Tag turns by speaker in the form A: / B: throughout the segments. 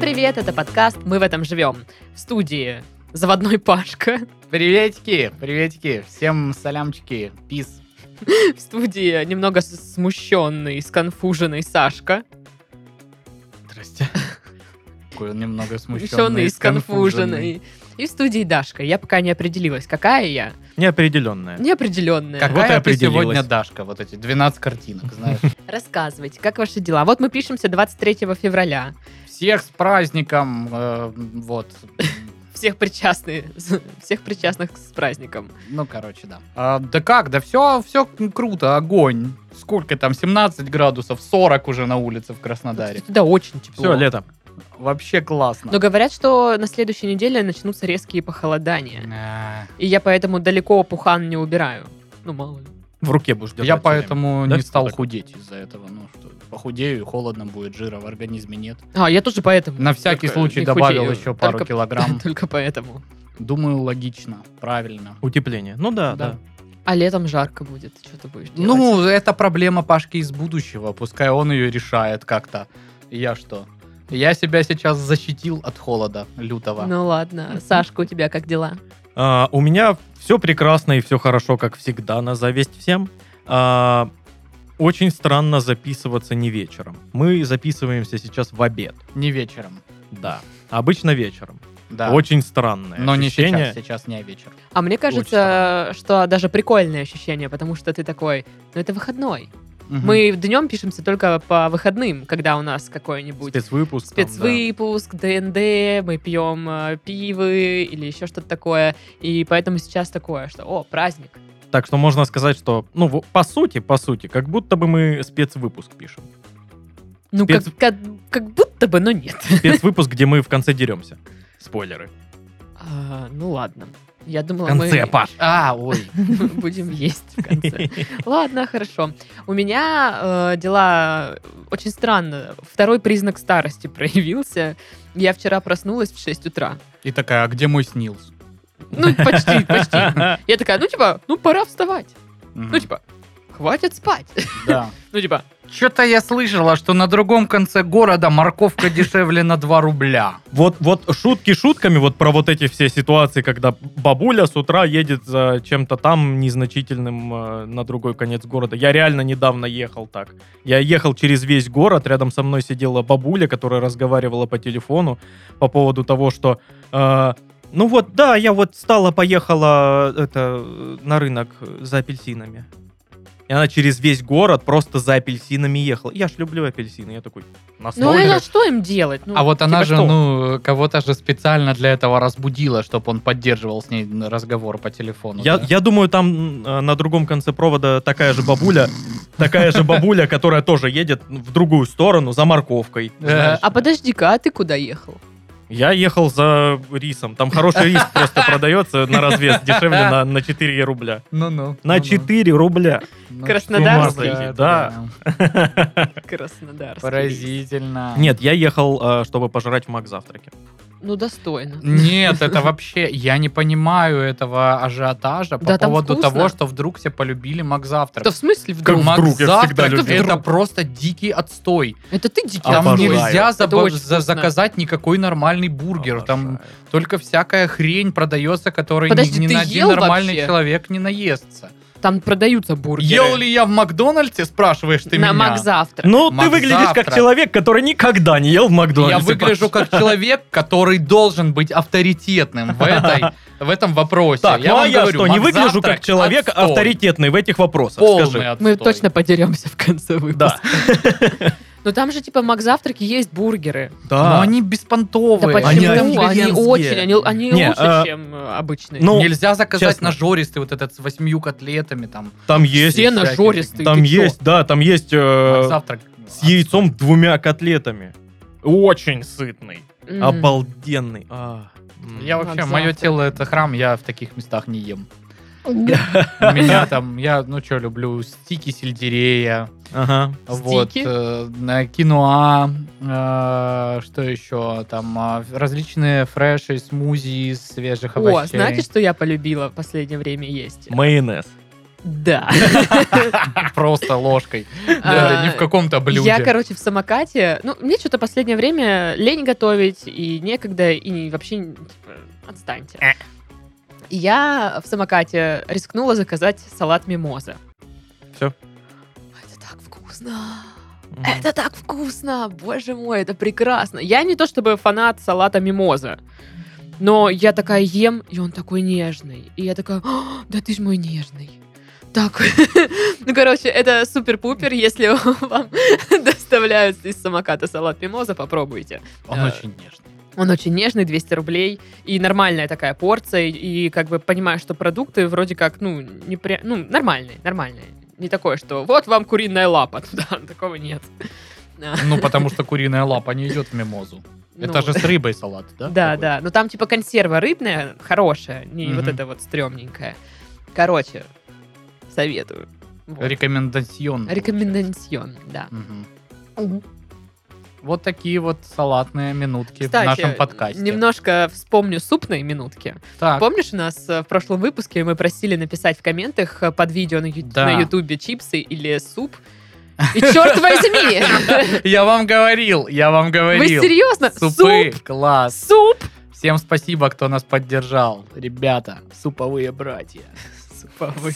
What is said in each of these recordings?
A: привет! Это подкаст «Мы в этом живем». В студии заводной Пашка,
B: Приветики, приветики, всем салямчики, пис.
A: в студии немного с- смущенный, сконфуженный Сашка,
B: Здрасте. Такой он немного смущенный,
A: смущенный, сконфуженный, и в студии Дашка. Я пока не определилась, какая я.
C: Неопределенная.
A: Неопределенная.
C: Как- Вот и
B: Какая ты
C: определилась.
B: сегодня Дашка, вот эти 12 картинок, знаешь.
A: Рассказывайте, как ваши дела? Вот мы пишемся 23 февраля.
B: Всех с праздником, э, вот.
A: Всех причастных, всех причастных с праздником.
B: Ну, короче, да. А, да как, да все, все круто, огонь. Сколько там, 17 градусов, 40 уже на улице в Краснодаре.
A: Туда очень тепло.
C: Все, лето.
B: Вообще классно.
A: Но говорят, что на следующей неделе начнутся резкие похолодания.
B: Э,
A: И я поэтому далеко пухан не убираю. Ну, мало ли.
C: В руке будешь держать.
B: Э, Я
C: всё время.
B: поэтому
C: Да,
B: не
C: что
B: стал
C: такое?
B: худеть из-за этого. Ну, что похудею, и холодно будет, жира в организме нет.
A: А, я тоже поэтому.
B: На всякий
A: Только
B: случай
A: не
B: добавил
A: худею.
B: еще пару
A: Только-
B: килограмм.
A: Только поэтому.
B: Думаю, логично, правильно.
C: Утепление. Ну да, да.
A: А летом жарко будет, что ты будешь делать?
B: Ну, это проблема Пашки из будущего. Пускай он ее решает как-то. Я что? Я себя сейчас защитил от холода лютого.
A: ну ладно. Сашка, у тебя как дела?
C: А, у меня все прекрасно и все хорошо, как всегда, на зависть всем. А, очень странно записываться не вечером. Мы записываемся сейчас в обед.
B: Не вечером.
C: Да. Обычно вечером.
B: Да.
C: Очень странное
B: Но не
C: ощущение.
B: сейчас, сейчас не вечер.
A: А мне
B: Очень странно.
A: кажется, что даже прикольное ощущение, потому что ты такой, ну это выходной. Мы днем пишемся только по выходным, когда у нас какой-нибудь
C: Спецвыпуск. там,
A: спецвыпуск, ДНД, мы пьем э, пивы или еще что-то такое. И поэтому сейчас такое, что, о, праздник.
C: да. Так что можно сказать, что, ну, в- по сути, по сути, как будто бы мы спецвыпуск пишем.
A: Ну,
C: Спец-
A: как, как, как будто бы, но нет.
C: Спецвыпуск, где мы в конце деремся. Спойлеры.
A: А, ну ладно. Я
C: В
A: думала,
C: конце,
A: мы
C: Паш.
B: А, ой.
A: будем есть в конце. Ладно, хорошо. У меня э, дела очень странно. Второй признак старости проявился. Я вчера проснулась в 6 утра.
B: И такая, а где мой снилс?
A: Ну, почти, почти. Я такая, ну, типа, ну, пора вставать. Ну, типа, хватит спать.
B: Да.
A: Ну, типа,
B: Что-то я слышала, что на другом конце города морковка дешевле на 2 рубля.
C: Вот, вот шутки шутками вот про вот эти все ситуации, когда бабуля с утра едет за чем-то там незначительным э, на другой конец города. Я реально недавно ехал так. Я ехал через весь город, рядом со мной сидела бабуля, которая разговаривала по телефону по поводу того, что э, ну вот, да, я вот стала, поехала э, это э, на рынок э, за апельсинами. И она через весь город просто за апельсинами ехала. Я ж люблю апельсины. Я такой,
A: ну,
C: настолько.
A: а что им делать? Ну,
B: А вот она
C: типа
B: же,
C: что?
B: ну, кого-то же специально для этого разбудила, чтобы он поддерживал с ней разговор по телефону.
C: Я,
B: Ну да?
C: я думаю, там э, на другом конце провода такая же бабуля, такая же бабуля, которая тоже едет в другую сторону за морковкой.
B: Э,
A: А подожди-ка, а ты куда ехал?
C: Я ехал за рисом. Там хороший рис просто продается на развес дешевле на, на 4 рубля. Ну
B: Ну-ну.
C: На
B: ну-ну.
C: 4 рубля.
B: Ну,
A: Краснодарский?
B: с ума сойти,
C: Да.
A: Краснодарский.
B: Поразительно.
C: Нет, я ехал, э, чтобы пожрать в Мак завтраке.
A: Ну, достойно.
B: Нет, это вообще, я не понимаю этого ажиотажа по
A: Да, там
B: поводу
A: вкусно.
B: того, что вдруг все полюбили Макзавтрак.
A: Да в смысле вдруг?
C: Как вдруг? Я всегда
B: Макзавтрак
C: любил.
B: это просто дикий отстой.
A: Это ты дикий
B: Там
C: Обожаю.
B: нельзя
A: Это
B: забо-
A: очень
B: за-
A: вкусно.
B: заказать никакой нормальный бургер. Там
C: Обожаю.
B: Только всякая хрень продается, которой
A: Подожди,
B: ни, ни
A: ты
B: на один
A: ел
B: нормальный
A: вообще?
B: человек не наестся.
A: Там продаются бургеры.
B: Ел ли я в Макдональдсе, спрашиваешь ты
A: на
B: меня?
A: Макзавтрак.
C: Ну,
B: Мак
C: ты выглядишь
B: завтрак.
C: как человек, который никогда не ел в
B: Я
C: Макдональдсе.
B: выгляжу
C: Паш.
B: как человек, который должен быть авторитетным в, этой, в этом вопросе.
C: Так,
B: я
C: ну а
B: вам
C: я
B: говорю,
C: что, не
B: Макзавтрак
C: выгляжу как человек
B: отстой.
C: авторитетный в этих вопросах?
B: Полный
C: Скажи.
B: отстой.
A: Мы точно подеремся в конце
C: Да.
A: выпуска. Но там же, типа, Макзавтраки есть бургеры.
B: Но
C: Да.
B: Ну, они беспонтовые.
A: Да почему? типа,
C: они
A: Они,
C: офигенские.
A: очень, они, они
C: Не,
A: лучше,
C: а,
A: чем э, обычные.
C: ну,
B: Нельзя заказать
C: честно.
B: нажористый вот этот с восьмью котлетами там.
C: Там есть.
A: Все
B: всякие
A: нажористые.
C: Там
A: ты чё?
C: есть, да, там есть э,
B: Макзавтрак.
C: с яйцом двумя котлетами. Очень сытный.
A: М.
C: Обалденный. А, м.
B: Я вообще, мое
A: Макзавтрак.
B: тело это храм, я в таких местах не ем. У меня там, я, ну что, люблю стики сельдерея,
C: Ага.
B: вот,
A: Стики?
B: э, на киноа, э, что еще, там, а, различные фреши, смузи из свежих
A: О,
B: овощей.
A: знаете, что я полюбила в последнее время есть?
C: Майонез.
A: Да.
B: Просто ложкой. Да,
A: А,
B: Не в каком-то блюде.
A: Я, короче, в самокате. Ну, мне что-то последнее время лень готовить, и некогда, и вообще, типа, отстаньте. И Я в самокате рискнула заказать салат мимоза.
C: Всё?
A: Это так вкусно. Это так вкусно! Боже мой, это прекрасно. Я не то чтобы фанат салата мимоза, но я такая ем, и он такой нежный. И я такая, «А, да ты ж мой нежный. Так, ну, короче, это супер-пупер, если вам доставляют из самоката салат мимоза, попробуйте.
B: Он
A: э,
B: очень нежный.
A: Он очень нежный, 200 рублей, и нормальная такая порция, и как бы понимаю, что продукты вроде как, ну, не пря- ну нормальные, нормальные. Не такое, что вот вам куриная лапа. Да, такого нет. Да.
B: Ну, потому что куриная лапа не идет в мимозу. Это
A: Ну,
B: же с рыбой салат, да?
A: Да,
B: такой?
A: да. Но там типа консерва рыбная, хорошая, не вот
B: Мгм.
A: это вот стрёмненькая. Короче, советую. Вот.
B: Рекомендацион.
A: Рекомендацион, да.
B: Мгм. Вот такие вот салатные минутки
A: Кстати,
B: Типа в нашем подкасте.
A: немножко вспомню супные минутки.
B: Так,
A: Помнишь, у нас э, в прошлом выпуске мы просили написать в комментах э, под видео на ю-
B: Да.
A: на ютубе чипсы или суп? И черт возьми!
B: я вам говорил, я вам
A: Вы
B: говорил.
A: серьезно?
B: Супы,
A: Суп?
B: класс.
A: Суп?
B: Всем спасибо, кто нас поддержал. Ребята, суповые братья.
A: Суповые.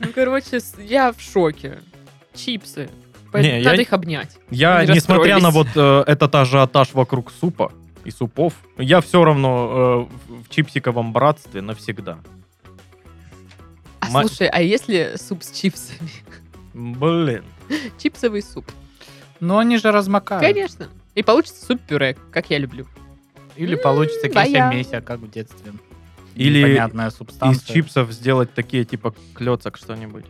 A: Ну, короче, с- я в шоке. Чипсы. По-
C: Не, я
A: Надо
C: не-
A: их обнять.
C: Я,
A: Не
C: несмотря на вот
A: расстроились.
C: э, этот ажиотаж вокруг супа и супов, я все равно э, в чипсиковом братстве навсегда.
A: А
C: Ма-
A: слушай, а если суп с чипсами?
C: Блин.
A: Чипсовый суп.
B: Но они же размокают.
A: Конечно. И получится суп-пюре, как я люблю.
B: Или получится кися
A: твоя.
B: меся, как в детстве.
C: Или
B: Непонятная
C: Из
B: субстанция.
C: чипсов сделать такие, типа, клецок что-нибудь.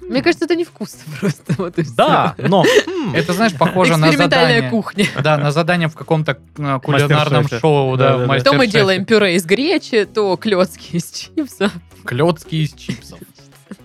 A: Мне кажется, это невкусно просто. Вот и всё.
C: Да, но... м,
B: Это, знаешь, похоже на
A: Экспериментальная
B: задание.
A: кухня.
B: Да, на задание в каком-то э, кулинарном
C: Мастер-шефе.
B: шоу, да,
C: Да-да-да.
B: в
C: То
A: То мы
B: мастер-шефе.
A: делаем пюре из гречи, то клетки из чипсов.
B: Клёцки из чипсов.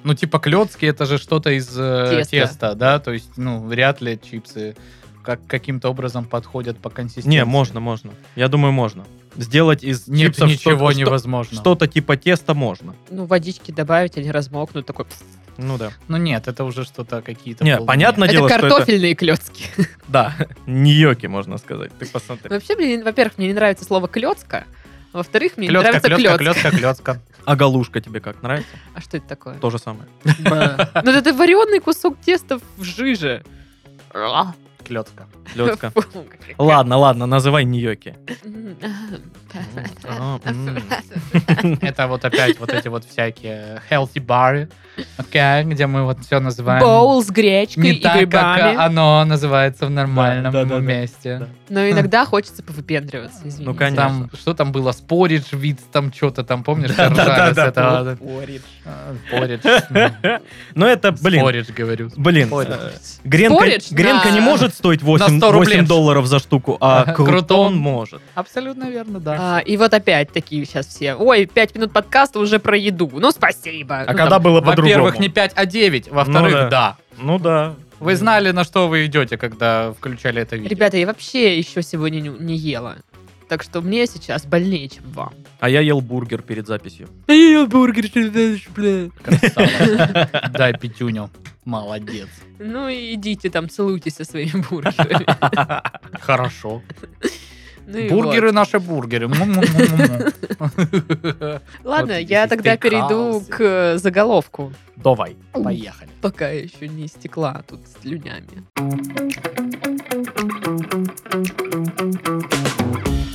B: Ну, типа, клёцки это же что-то из э,
A: Теста.
B: теста. да, то есть, ну, вряд ли чипсы как каким-то образом подходят по консистенции.
C: Не, можно, можно. Я думаю, можно. Сделать из
B: Нет,
C: чипсов
B: ничего
C: что-
B: невозможно.
C: Что-то типа теста можно.
A: Ну, водички добавить, они размокнут. Такой... пф.
C: Ну да.
B: Ну нет, это уже что-то какие-то...
C: Не,
B: полумеры.
C: понятно
A: Это
C: дело, что это-
A: картофельные клетки.
C: Да, ньоки, можно сказать. Ты посмотри.
A: Вообще, мне, во-первых, мне не нравится слово клетка. Во-вторых, мне не
B: Клёцка,
A: нравится
B: клёцка,
A: клетка.
B: клёцка, клёцка.
C: А галушка тебе как, нравится?
A: А что это такое?
C: То же самое.
A: Бэ. Ну это вареный кусок теста в жиже. А.
B: Клёцка.
C: Лёцка.
A: Фу.
C: Ладно, ладно, называй ньоки. А, м.
A: М.
B: Это вот опять вот эти вот всякие healthy bars, окей, где мы вот все называем...
A: Боул с гречкой
B: Не
A: и
B: так, как а,
A: грибами.
B: оно называется в нормальном
C: Да, да, да, да.
B: месте.
C: Да.
A: Но иногда хочется повыпендриваться, извините.
C: Ну, конечно.
B: Там, что там было, споридж, вид, там что-то там, помнишь?
C: Да, да,
B: Тарзарес
C: да,
B: это-
C: да.
B: А, Поридж. М,
C: Ну это, блин,
B: Поридж, говорю.
C: блин.
B: Поридж.
C: э, Гренка,
A: Поридж на-
C: гренка не может стоить 8,
B: 100 рублей.
C: долларов за штуку, а
B: Ага,
C: крутон,
B: крутон.
C: может.
B: Абсолютно верно, да.
A: А, и вот опять такие сейчас все. Ой, пять минут подкаста уже про еду. Ну, спасибо.
C: А когда было
B: Во-первых,
C: по-другому?
B: не 5, а 9. Во-вторых,
C: Ну да.
B: да.
C: Ну да.
B: Вы знали, на что вы идете, когда включали это видео.
A: Ребята, я вообще еще сегодня не, не ела. Так что мне сейчас больнее, чем вам.
C: А я ел бургер перед записью.
A: бургер, бля.
B: Красава. Дай пятюню. Молодец.
A: Ну и идите там, целуйтесь со своими бургерами.
B: Хорошо.
A: Ну и
B: бургеры наши бургеры. Му-му-му-му-му.
A: вот. Ладно,
B: Вот здесь
A: я
B: и
A: тогда перейду
B: стейкхаусы.
A: к э, заголовку.
C: Давай.
B: Поехали.
A: Пока я еще не стекла тут с слюнями.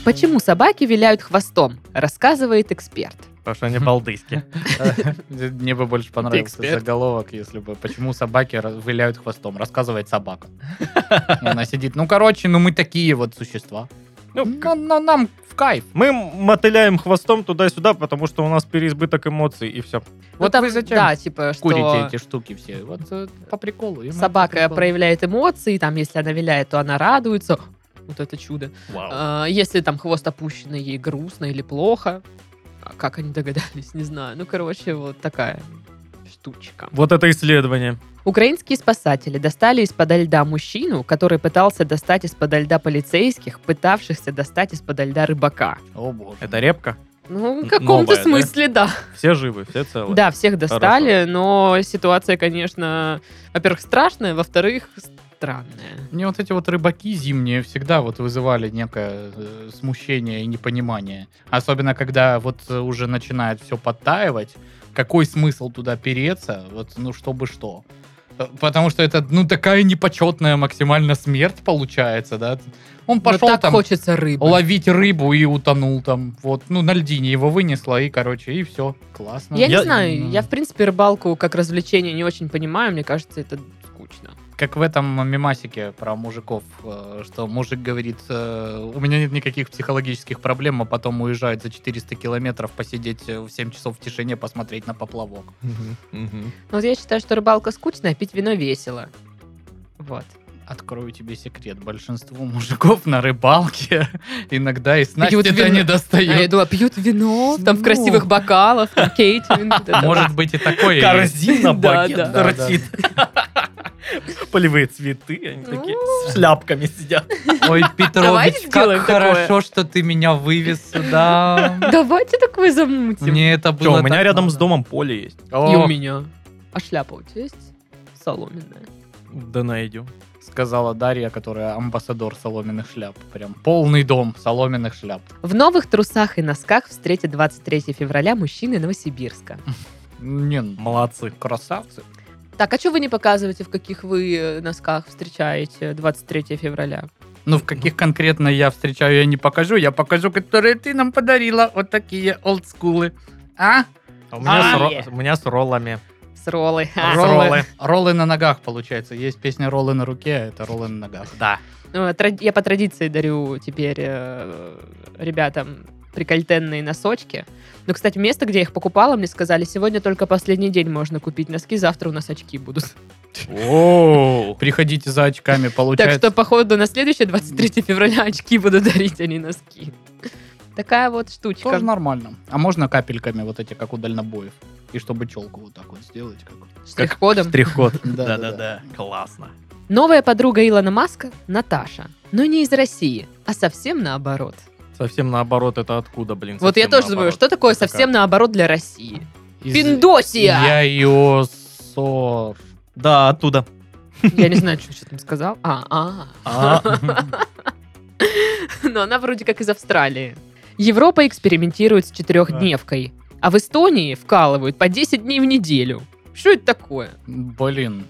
A: Почему собаки виляют хвостом? Рассказывает эксперт. Ну,
C: Паша а не балдыски.
B: Мне бы больше понравился
C: эксперт.
B: заголовок, если бы «Почему собаки раз- виляют хвостом?» Рассказывает собака. И Она сидит, ну, короче, ну, мы такие вот существа.
C: Ну,
B: Ну, на- нам в кайф.
C: Мы мотыляем хвостом туда-сюда, потому что у нас переизбыток эмоций, и все.
A: Ну,
B: Вот
A: там,
B: вы зачем
A: Да, типа, что
B: Курите эти штуки все. Вот э, по приколу. им это
A: собака
B: прикол.
A: проявляет эмоции, там, если она виляет, то она радуется. Вот это чудо. А, Если там хвост опущенный, ей грустно или плохо. А Как они догадались, не знаю. Ну, короче, вот такая штучка.
C: Вот это исследование.
A: Украинские спасатели достали из-подо льда мужчину, который пытался достать из-подо льда полицейских, пытавшихся достать из-подо льда рыбака.
B: О, боже.
C: Это репка?
A: Ну, в
C: Н-
A: каком-то
C: новая, да?
A: смысле, да.
C: Все живы, все целы.
A: Да, всех достали, но ситуация, конечно, во-первых, страшная, во-вторых, странная.
B: Мне вот эти вот рыбаки зимние всегда вот вызывали некое э, смущение и непонимание. Особенно, когда вот э, уже начинает все подтаивать. Какой смысл туда переться? Вот, ну, чтобы что. Э, Потому что это, ну, такая непочетная максимально смерть получается, да? Он
A: Но
B: пошел
A: Ну, так
B: там
A: хочется рыбы.
B: ловить рыбу и утонул там. Вот, ну, на льдине его вынесло, и, короче, и все. Классно.
A: Я,
C: Я-
A: не знаю, я, в принципе, рыбалку как развлечение не очень понимаю, мне кажется, это скучно.
B: Как в этом мемасике про мужиков, э, что мужик говорит, э, у меня нет никаких психологических проблем, а потом уезжает за 400 километров посидеть э, в 7 часов в тишине, посмотреть на поплавок.
C: Мгм, мгм.
A: Но вот я считаю, что рыбалка скучная, а пить вино весело. Вот.
B: Открою тебе секрет, большинство мужиков на рыбалке иногда и снасти
A: Пьют вино.
B: не
A: А я
B: достают.
A: думала, пьют вино, там в
B: Ну.
A: красивых бокалах, там кейтинг. вот А это
B: Может быть и такое. есть.
A: Да,
C: Корзина багет
B: да.
C: ртит. Полевые цветы, они
A: Ну.
C: такие с шляпками сидят.
B: Ой,
A: Давайте
B: Петрович,
A: сделаем
B: как
A: такое.
B: хорошо, что ты меня вывез сюда.
A: вот. Давайте такое замутим.
B: Мне это
C: Чё,
B: было
C: у меня
B: так
C: рядом
B: надо.
C: с домом поле есть.
A: И у
B: О,
A: меня. А шляпа у тебя есть? Соломенная.
C: Да найдем.
B: сказала Дарья, которая амбассадор соломенных шляп. Прям полный дом соломенных шляп.
A: В новых трусах и носках встретят 23 февраля мужчины Новосибирска.
B: Не, ну,
C: Молодцы.
B: красавцы.
A: Так, а что вы не показываете, в каких вы э, носках встречаете 23 февраля?
B: Ну, в каких конкретно я встречаю, я не покажу. Я покажу, которые ты нам подарила. Вот такие олдскулы. А?
C: А У меня,
B: А,
C: с ро-
A: е.
C: у меня с роллами.
A: С роллы.
C: А,
A: Ро-
C: роллы.
B: Роллы на ногах, получается. Есть песня «Роллы на руке», а это «Роллы на ногах».
C: Да.
A: Ну, тра- Я по традиции дарю теперь э, ребятам прикольтенные носочки. Но, кстати, место, где я их покупала, мне сказали, сегодня только последний день можно купить носки, завтра у нас очки будут.
C: Оу.
B: Приходите за очками,
A: Так
B: получается.
A: что, походу, на следующее 23 февраля очки буду дарить, а не носки. Такая вот штучка.
B: Тоже нормально. А можно капельками вот эти, как у дальнобоев? И чтобы челку вот так вот сделать. Как...
A: Штрих-кодом.
C: Штрих-код.
B: Да-да-да.
C: Да-да-да. Классно.
A: Новая подруга Илона Маска – Наташа. Но не из России, а совсем наоборот.
C: Совсем наоборот, это откуда, блин?
A: вот я
C: совсем
A: тоже думаю,
C: наоборот.
A: что такое
C: Это
A: совсем наоборот для России?
B: Из-
A: Пиндосия!
B: Я ее сор...
C: как? Да, оттуда.
A: Я... не знаю, что я там сказал. А, а. Но она вроде как из Австралии. Европа экспериментирует с четырехдневкой, а в Эстонии вкалывают по 10 дней в неделю. Что это такое?
B: Блин.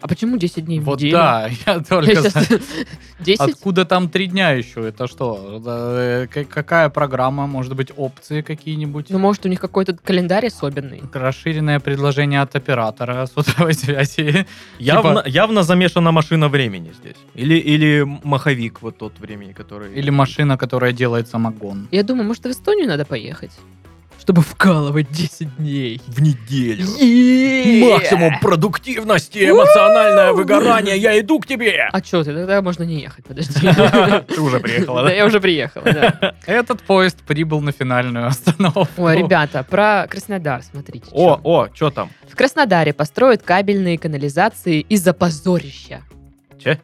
A: А почему 10 дней в
B: Вот
A: неделю?
B: да, я
A: Я
B: только... за-
A: щас- 10?
B: Откуда там три дня еще? Это что? э, к- Какая программа? Может быть, опции какие-нибудь?
A: Ну, может, у них какой-то календарь особенный.
B: Расширенное предложение от оператора сотовой связи.
C: Явно, явно замешана машина времени здесь. Или, или маховик вот тот времени, который...
B: Или машина, которая делает самогон.
A: Я думаю, может, в Эстонию надо поехать? Чтобы вкалывать 10 дней.
C: в неделю.
A: Максимум.
C: продуктивности,
A: У-у-у!
C: я иду к тебе!
A: А что ты, тогда можно не ехать, подожди.
C: Ты уже приехала,
A: Да,
C: да?
A: я уже приехала, да.
B: Этот поезд прибыл на финальную остановку.
A: Ой, ребята, про Краснодар смотрите.
C: О,
A: чё.
C: о, что там?
A: В Краснодаре построят кабельные канализации из-за позорища.
C: Че?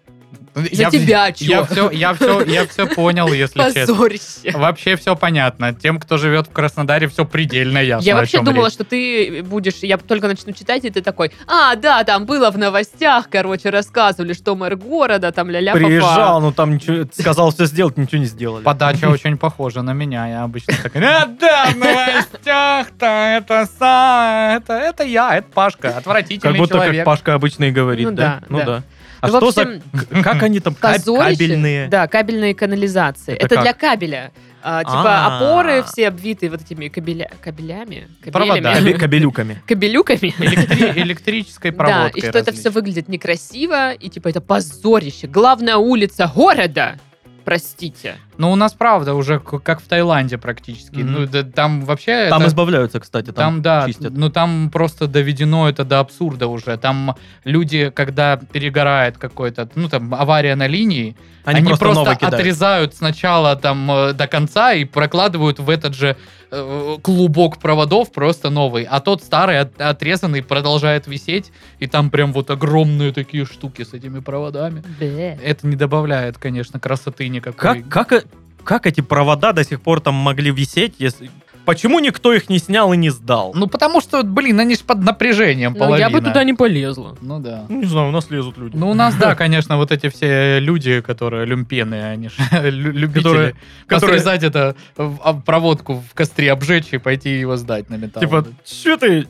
A: За тебя чё?
B: Ну, Я все, я все, я все понял, если честно.
A: Позорище.
B: Вообще все понятно. Тем, кто живет в Краснодаре, все предельно ясно.
A: Я
B: о
A: вообще
B: чем
A: думала,
B: речь.
A: что ты будешь, я только начну читать, и ты такой, а, да, там было в новостях, короче, рассказывали, что мэр города, там ля-ля
C: Приезжал, ну там ничего, сказал все сделать, ничего не сделали.
B: Подача очень похожа на меня. Я обычно так... «А, да, в новостях-то это, са- это, это я, это Пашка. Отвратительный
C: Как будто как
B: человек.
C: Пашка обычно и говорит,
A: Ну
C: да?
A: да,
C: Ну
A: да.
C: да. А
A: Ну, в
C: что за...
A: общем,
C: к- Как они там? каб-
A: Позорище?
C: Кабельные?
A: Да, кабельные канализации.
C: Это
A: Это,
C: как?
A: для кабеля. А, типа
C: А.
A: опоры все обвиты вот этими кабеля... кабелями?
B: Проводами.
C: Кабе-
A: Кабелями?
C: Кабелюками.
A: Кабелюками?
B: Электри- электрической
A: Да,
B: проводкой.
A: и что это
B: различной.
A: все выглядит некрасиво, и типа это позорище. Главная улица города! Простите.
B: Ну, у нас, правда, уже к- как в Таиланде практически.
C: Мгм.
B: Ну, да, там вообще...
C: Там
B: это-
C: избавляются, кстати,
B: Там,
C: там,
B: да,
C: чистят.
B: ну там просто доведено это до абсурда уже. Там люди, когда перегорает какой-то, ну там авария на линии,
C: Они, просто, новые кидают.
B: отрезают сначала там э, до конца и прокладывают в этот же э, клубок проводов просто новый, а тот старый от- отрезанный продолжает висеть и там прям вот огромные такие штуки с этими проводами.
A: Бле.
B: Это не добавляет, конечно, красоты никакой.
C: Как, как, э- как эти провода до сих пор там могли висеть, если... Почему никто их не снял и не сдал?
B: Ну, потому что, блин, они ж под напряжением
A: Ну,
B: половина.
A: я бы туда не полезла.
B: Ну, да.
C: Ну, не знаю, у нас лезут люди.
B: Ну, у нас, да, конечно, вот эти все люди, которые люмпены, они же лю- любители.
C: Которые- которые-
B: посрезать это в- об- проводку в костре обжечь и пойти его сдать на металл.
C: Типа, че ты,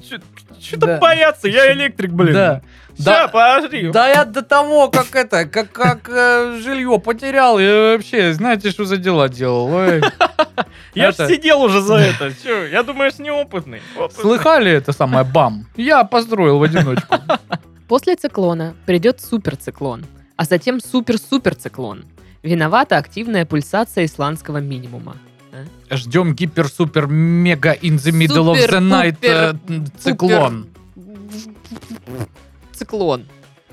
C: че
B: Да.
C: там бояться? Я
B: Чё-
C: электрик, блин.
B: Да.
C: Ща,
B: Да.
C: подожди.
B: Да я до того, как это, как, как э, жилье потерял, я вообще, знаете, что за дела делал? Ой.
C: Я ж
B: Это-
C: сидел уже за это. Че, я думаю, я ж неопытный. Опытный.
B: Слыхали это самое бам? Я построил в одиночку.
A: После циклона придет суперциклон, а затем супер-суперциклон. Виновата активная пульсация исландского минимума.
B: Ждем гипер-супер-мега in the middle of
A: Супер,
B: the night э,
A: пупер,
B: м, циклон.
A: Супер- Циклон.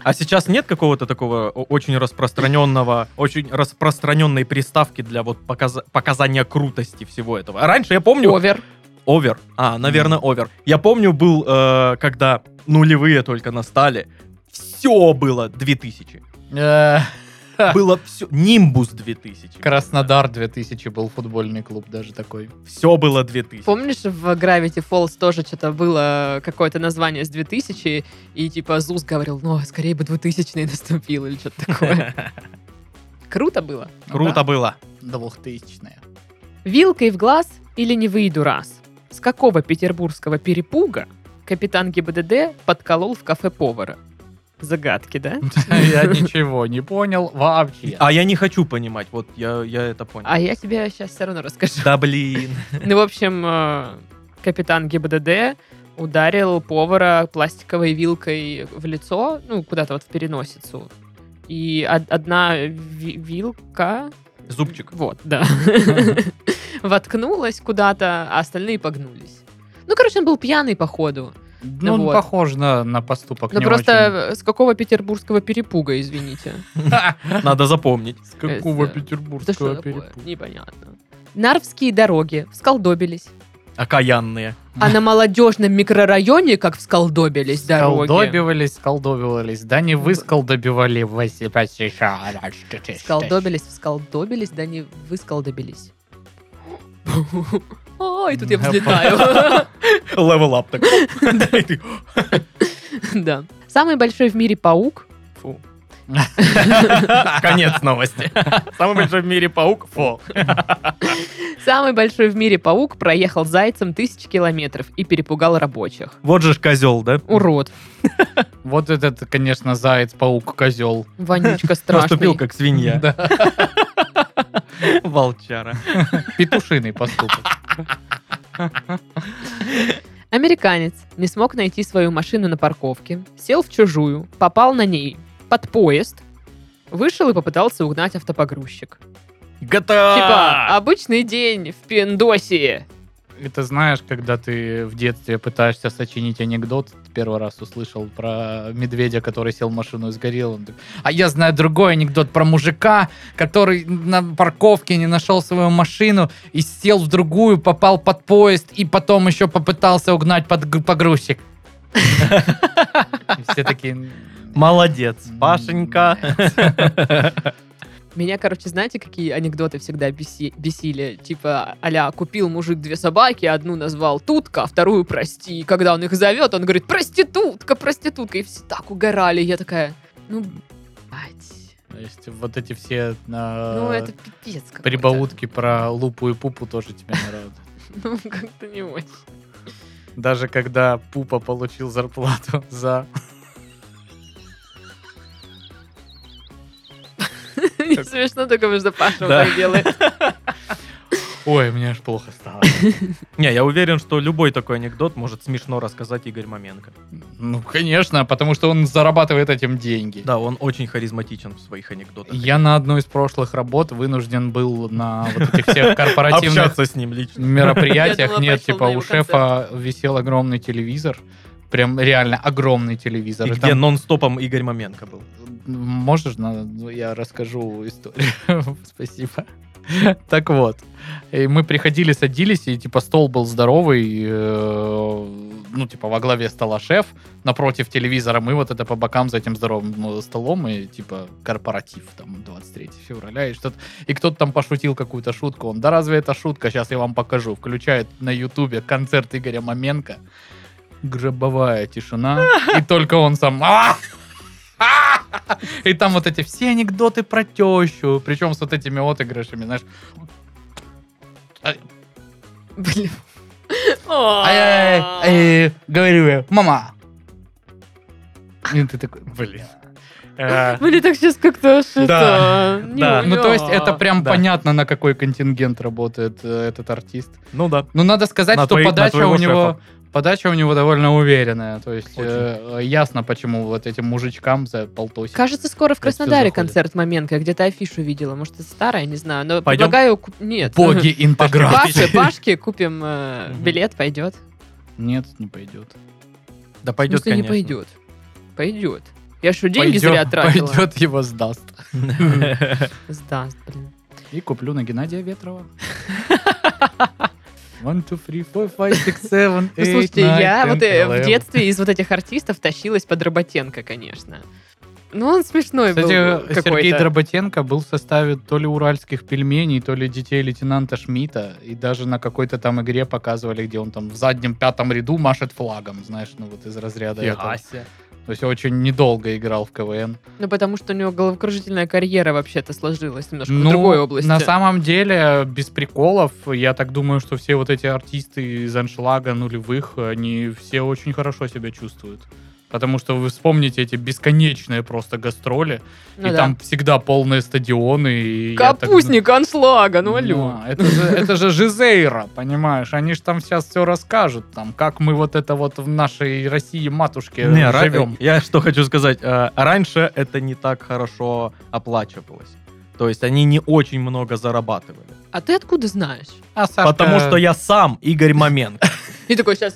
C: А сейчас нет какого-то такого о- очень распространенного, очень распространенной приставки для вот показа- показания крутости всего этого? А Раньше я помню...
A: Овер.
C: Овер. А, наверное, овер. Я помню, был, э, когда нулевые только настали, все было 2000.
B: Э,
C: Было все. Нимбус 2000.
B: Краснодар 2000 был футбольный клуб даже такой.
C: Все было 2000.
A: Помнишь, в Gravity Falls тоже что-то было какое-то название с 2000, и типа Зус говорил, ну, скорее бы 2000 наступил, или что-то такое. Круто было.
C: Круто было.
B: 2000
A: Вилкой в глаз или не выйду раз? С какого петербургского перепуга капитан ГИБДД подколол в кафе повара? Загадки, да?
B: Я ничего не понял вообще.
C: А я не хочу понимать, вот я, я это понял.
A: А я тебе сейчас все равно расскажу.
C: Да блин.
A: Ну, в общем, э, капитан ГИБДД ударил повара пластиковой вилкой в лицо, ну, куда-то вот в переносицу. И од- одна ви- вилка...
C: Зубчик.
A: Вот, да. Воткнулась куда-то, а остальные погнулись. Ну, короче, он был пьяный, походу.
B: Ну, он
A: вот.
B: похож на, на поступок.
A: Ну,
B: не
A: просто с какого петербургского перепуга, извините.
C: Надо запомнить.
B: очень. С какого
A: Это- Да
B: петербургского
A: что такое?
B: перепу-
A: Непонятно. Нарвские дороги всколдобились.
C: Окаянные.
A: А на молодежном микрорайоне как всколдобились дороги.
B: Сколдобивались, сколдобивались. Да не
A: Ну,
B: вы сколдобивали, вы себя сейчас.
A: Сколдобились, всколдобились, да не высколдобились. Ой, тут я взлетаю.
C: Левел ап так. Да, и ты,
A: Да. Самый большой в мире паук.
C: Фу. Конец новости. Самый большой в мире паук. Фу.
A: Самый большой в мире паук проехал зайцем тысячи километров и перепугал рабочих.
C: Вот же ж козел, да?
A: Урод.
B: Вот этот, конечно, заяц, паук, козел.
A: Вонючка
C: Поступил
A: страшный.
C: как свинья.
B: Да.
C: Волчара.
B: Петушиный поступок.
A: Американец не смог найти свою машину на парковке, сел в чужую, попал на ней под поезд, вышел и попытался угнать автопогрузчик. Типа,
C: GTA!
A: обычный день в Пендосе.
B: Это знаешь, когда ты в детстве пытаешься сочинить анекдот, первый раз услышал про медведя, который сел в машину и сгорел. Он такой, а я знаю другой анекдот про мужика, который на парковке не нашел свою машину и сел в другую, попал под поезд и потом еще попытался угнать под г- погрузчик. И Все такие...
C: Молодец, Пашенька.
A: Меня, короче, знаете, какие анекдоты всегда беси- бесили? Типа, аля, купил мужик две собаки, одну назвал тутка, а вторую прости. И когда он их зовет, он говорит, проститутка, проститутка. И все так угорали. Я такая, ну, блядь.
B: То есть вот эти все э,
A: Ну, это пипец какой-то.
B: прибаутки про лупу и пупу тоже тебе не радуют.
A: Ну, как-то не очень.
B: Даже когда Пупа получил зарплату за...
A: Не смешно только, потому что Паша вот
C: Да.
A: так делает.
B: Ой, мне аж плохо стало.
C: Не, я уверен, что любой такой анекдот может смешно рассказать Игорь Маменко.
B: Ну, конечно, потому что он зарабатывает этим деньги.
C: Да, он очень харизматичен в своих анекдотах.
B: Я на одну из прошлых работ вынужден был на вот этих всех корпоративных
C: Общаться с ним лично.
A: Я
B: мероприятиях.
A: думала,
B: Нет,
A: пошел
B: типа
A: на его
B: у шефа висел огромный телевизор. Прям реально огромный телевизор.
C: И
B: И
C: где
B: там-
C: нон-стопом Игорь Маменко был.
B: Можешь, на- ну, я расскажу историю. Спасибо. Так вот, и мы приходили, садились, и типа стол был здоровый, э, ну, типа, во главе стола шеф, напротив телевизора мы вот это по бокам за этим здоровым ну, столом, и, типа, корпоратив, там, 23 февраля, и что-то. И кто-то там пошутил какую-то шутку, он, да разве это шутка, сейчас я вам покажу. Включает на ютубе концерт Игоря Маменко, гробовая тишина, и только он сам... «А!» И там вот эти все анекдоты про тещу, причем с вот этими отыгрышами, знаешь,
A: Блин. А.
B: Ай-яй-яй, э, говорю я, мама. И ты такой, блин.
C: Э,
A: Блин, так сейчас как-то что-то... не
C: да.
B: Ну, то есть
A: улёг.
B: это прям
C: Да.
B: понятно, на какой контингент работает э, этот артист.
C: Ну да.
B: Ну, надо сказать,
C: На
B: что
C: твои- на
B: подача
C: твоего
B: у него... Подача у него довольно уверенная. То есть э, ясно, почему вот этим мужичкам за полтосик.
A: Кажется, скоро в
B: Это всё
A: Краснодаре
B: заходит.
A: концерт Маменко. Я где-то афишу видела. Может, это старая, не знаю. Но
C: Пойдём?
A: предлагаю... куп- Нет.
B: Боги интеграции.
A: Пашке, Пашке купим э,
C: Мгм.
A: билет, пойдет.
B: Нет, не пойдет.
C: Да пойдет,
A: не
C: конечно.
A: пойдет. Пойдет. Я что, деньги зря
B: Пойдёт-
A: тратила?
B: Пойдет его сдаст.
A: Сдаст, блин.
B: И куплю на Геннадия Ветрова. One, two, three, four, five, six, seven,
A: Ну,
B: eight,
A: слушайте,
B: nine,
A: я
B: ten,
A: вот э, в
B: eleven.
A: детстве из вот этих артистов тащилась под Роботенко, конечно. Ну, он смешной был
B: Кстати, Сергей
A: какой-то.
B: Дроботенко был в составе то ли уральских пельменей, то ли детей лейтенанта Шмидта, и даже на какой-то там игре показывали, где он там в заднем пятом ряду машет флагом, знаешь, ну вот из разряда этого.
C: Ася.
B: То есть очень недолго играл в КВН.
A: Ну, потому что у него головокружительная карьера вообще-то сложилась немножко
B: Ну,
A: в другой области.
B: На самом деле, без приколов, я так думаю, что все вот эти артисты из аншлага нулевых, они все очень хорошо себя чувствуют. Потому что вы вспомните эти бесконечные просто гастроли,
A: Ну
B: и
A: да.
B: там всегда полные стадионы. И я так-
A: Капустник аншлага, ну алло.
B: это же, это же Жизейра, понимаешь? Они же там сейчас все расскажут, там, как мы вот это вот в нашей России матушке
C: Не, ра-
B: живем.
C: Я что хочу сказать. э, Раньше это не так хорошо оплачивалось. То есть они не очень много зарабатывали.
A: А ты откуда знаешь?
B: А Сашка-
C: Потому что я сам Игорь Маменко.
A: И такой сейчас...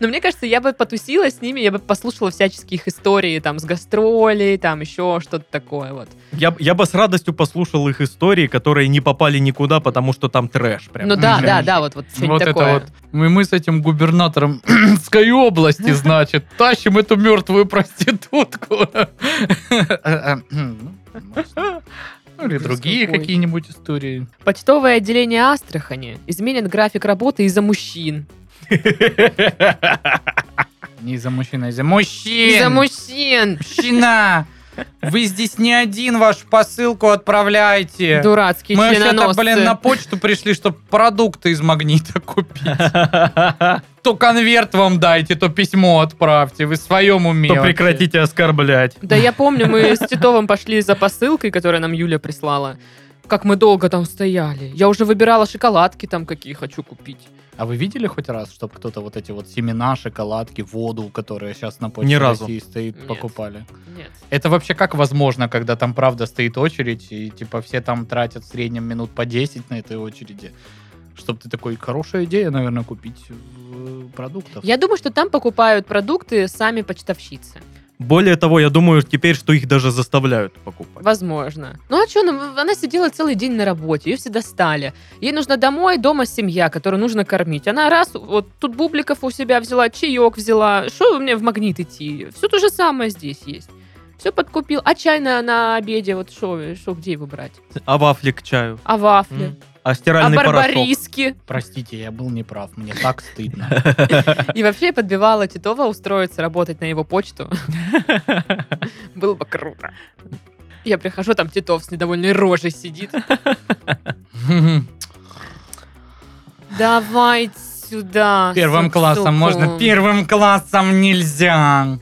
A: Но мне кажется, я бы потусила с ними, я бы послушала всяческие их истории, там, с гастролей, там, еще что-то такое, вот.
C: Я, б- я бы с радостью послушал их истории, которые не попали никуда, потому что там трэш. Прям.
A: Ну да, да,
B: конечно.
A: да, вот, вот что-нибудь
B: Вот
A: такое.
B: это вот. Мы, мы с этим губернатором Ской области, значит, тащим эту мертвую проститутку. Ну, можно. Ну, или
A: Ужас
B: другие
A: какой.
B: какие-нибудь истории.
A: Почтовое отделение Астрахани изменит график работы из-за мужчин.
B: Не из-за мужчин, а из-за мужчин.
A: Из-за мужчин!
B: Мужчина! Вы здесь не один, вашу посылку отправляйте.
A: Дурацкие
B: Мы вообще-то,
A: членоносцы.
B: блин, на почту пришли, чтобы продукты из магнита купить. То конверт вам дайте, то письмо отправьте. Вы в своем уме.
C: То
B: вообще.
C: прекратите оскорблять.
A: Да я помню, мы с Титовым пошли за посылкой, которую нам Юля прислала. Как мы долго там стояли. Я уже выбирала шоколадки там, какие хочу купить.
B: А вы видели хоть раз, чтобы кто-то вот эти вот семена, шоколадки, воду, которые сейчас на почте
C: Ни разу.
B: России стоит,
A: Нет.
B: покупали?
A: Нет.
B: Это вообще как возможно, когда там правда стоит очередь, и типа все там тратят в среднем минут по 10 на этой очереди? Чтобы ты такой, хорошая идея, наверное, купить э, продуктов.
A: Я думаю, что там покупают продукты сами почтовщицы.
C: Более того, я думаю теперь, что их даже заставляют покупать.
A: Возможно. Ну а что, она сидела целый день на работе, ее все достали. Ей нужно домой, дома семья, которую нужно кормить. Она раз, вот тут бубликов у себя взяла, чаек взяла. Что мне в магнит идти? Все то же самое здесь есть. Все подкупил. А чай на, на обеде, вот что, что где его брать?
C: А вафли к чаю?
A: А вафли?
C: М. А
A: а
C: стиральный порошок?
A: барбариски?
B: Простите, я был неправ, мне так стыдно.
A: И вообще я подбивала Титова устроиться работать на его почту. Было бы круто. Я прихожу, там Титов с недовольной рожей сидит. А Давай сюда.
B: Первым
A: сук,
B: классом
A: суку.
B: можно, первым классом нельзя.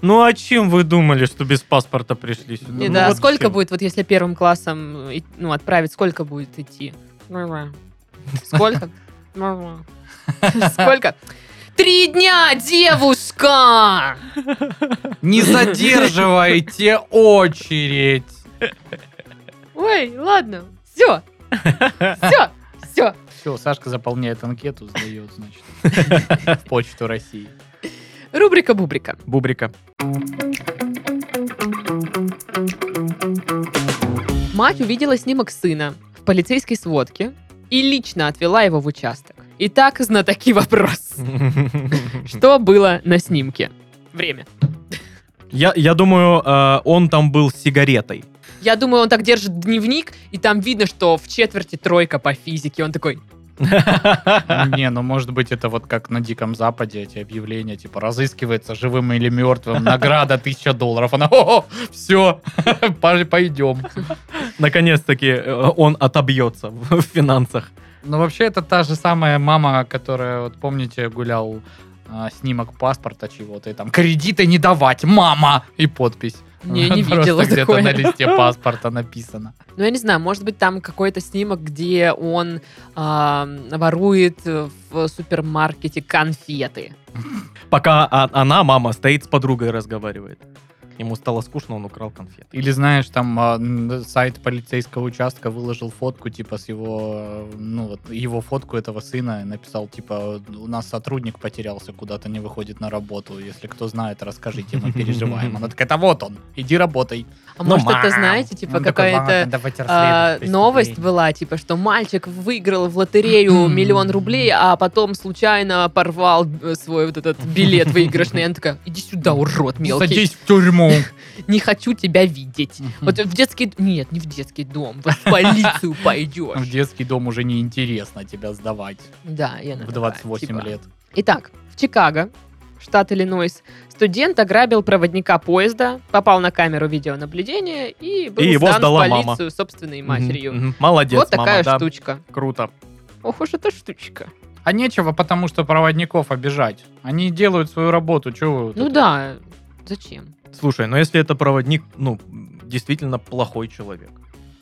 C: Ну а чем вы думали, что без паспорта пришли сюда?
A: Не,
C: Ну,
A: да,
C: вот
A: сколько
C: чем.
A: будет, вот если первым классом и- ну, отправить, сколько будет идти? Нормально. Сколько? Нормально. Сколько? Три дня, девушка!
B: Не задерживайте очередь.
A: Ой, ладно, все. Все, все.
B: Все, Сашка заполняет анкету, сдает, значит, в почту России.
A: Рубрика Бубрика.
C: Бубрика.
A: Мать увидела снимок сына в полицейской сводке и лично отвела его в участок. Итак, знатоки вопрос. Что было на снимке? Время.
C: Я, я думаю, э, он там был с сигаретой.
A: Я думаю, он так держит дневник, и там видно, что в четверти тройка по физике. Он такой,
B: Не, ну может быть это вот как на Диком Западе эти объявления, типа разыскивается живым или мертвым, награда тысяча долларов. Она, о, все, пойдем.
C: Наконец-таки э, он отобьется в в финансах.
B: Ну вообще это та же самая мама, которая, вот помните, гулял а, снимок паспорта чего-то, и там кредиты не давать, мама! И подпись.
A: не, не
B: Просто
A: видела
B: где-то
A: такое.
B: на листе паспорта написано.
A: Ну, я не знаю, может быть, там какой-то снимок, где он а, ворует в супермаркете конфеты.
C: Пока а- она, мама, стоит с подругой и разговаривает. Ему стало скучно, он украл конфеты.
B: Или знаешь, там а, н- сайт полицейского участка выложил фотку, типа, с его, э, ну, вот, его фотку этого сына, и написал, типа, у нас сотрудник потерялся, куда-то не выходит на работу, если кто знает, расскажите, мы переживаем. Она такая, да вот он, иди работай.
A: А
C: Ну,
A: может, это,
C: мам.
A: знаете, типа
B: Он такой, «Ладно,
A: какая-то
B: давайте
A: а,
B: расследовать
A: новость
B: преступление».
A: была, типа, что мальчик выиграл в лотерею миллион рублей, а потом случайно порвал э, свой вот этот билет выигрышный. И она такая, иди сюда, урод мелкий.
B: Ну, Садись в тюрьму.
A: Не хочу тебя видеть. Вот в детский... д- Нет, не в детский дом. Вот в полицию
B: В
A: пойдешь.
B: детский дом уже неинтересно тебя сдавать
A: Да, я
B: в 28 лет.
A: типа. Итак, в Чикаго, штат Иллинойс, студент ограбил проводника поезда, попал на камеру видеонаблюдения и был
C: И его
A: сдан
C: сдала
A: в
C: мама.
A: полицию собственной матерью.
C: Мгм, мгм. Молодец,
A: вот
C: мама,
A: такая
C: да.
A: штучка.
C: Круто.
A: Ох уж эта штучка.
B: А нечего, потому что проводников обижать. Они делают свою работу, чего вы вот
A: ну
B: это?
A: да, зачем?
C: Слушай, но если это проводник, ну, действительно плохой человек.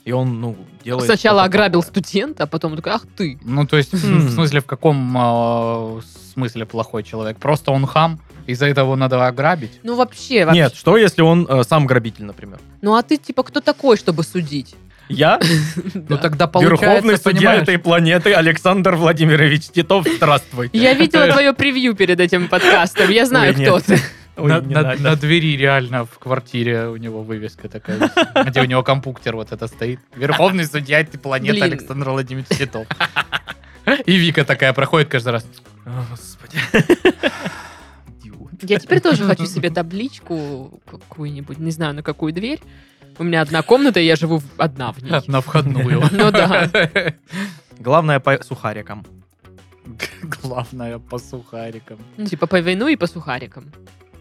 C: И он, ну, делает...
A: Сначала
C: что-то
A: ограбил
C: плохое.
A: студента, а потом такой, ах ты.
B: Ну, то есть,
C: Хм.
B: в смысле, в каком э, смысле плохой человек? Просто он хам, из-за этого надо ограбить?
A: Ну вообще, вообще.
C: Нет, что если он э, сам грабитель, например?
A: Ну а ты типа кто такой, чтобы судить?
C: Я?
B: Ну,
A: Да.
B: тогда получается,
C: Верховный судья
B: понимаешь,
C: этой планеты Александр Владимирович Титов, здравствуй.
A: Я видела твое превью перед этим подкастом. Я знаю,
C: Ой,
A: кто
C: нет.
A: ты.
C: Ой,
B: на,
C: не
B: на-
C: надо.
B: на двери реально в квартире у него вывеска такая, висит, где у него компьютер вот это стоит. Верховный судья этой планеты
A: Блин.
B: Александр Владимирович Титов. И Вика такая проходит каждый раз.
C: О, Господи. Идиот.
A: Я теперь тоже хочу себе табличку какую-нибудь, не знаю, на какую дверь. У меня одна комната, и я живу в- одна в ней.
B: На входную.
A: Ну да.
C: Главное по сухарикам.
B: Главное, по сухарикам.
A: Ну, Типа по вину и по сухарикам.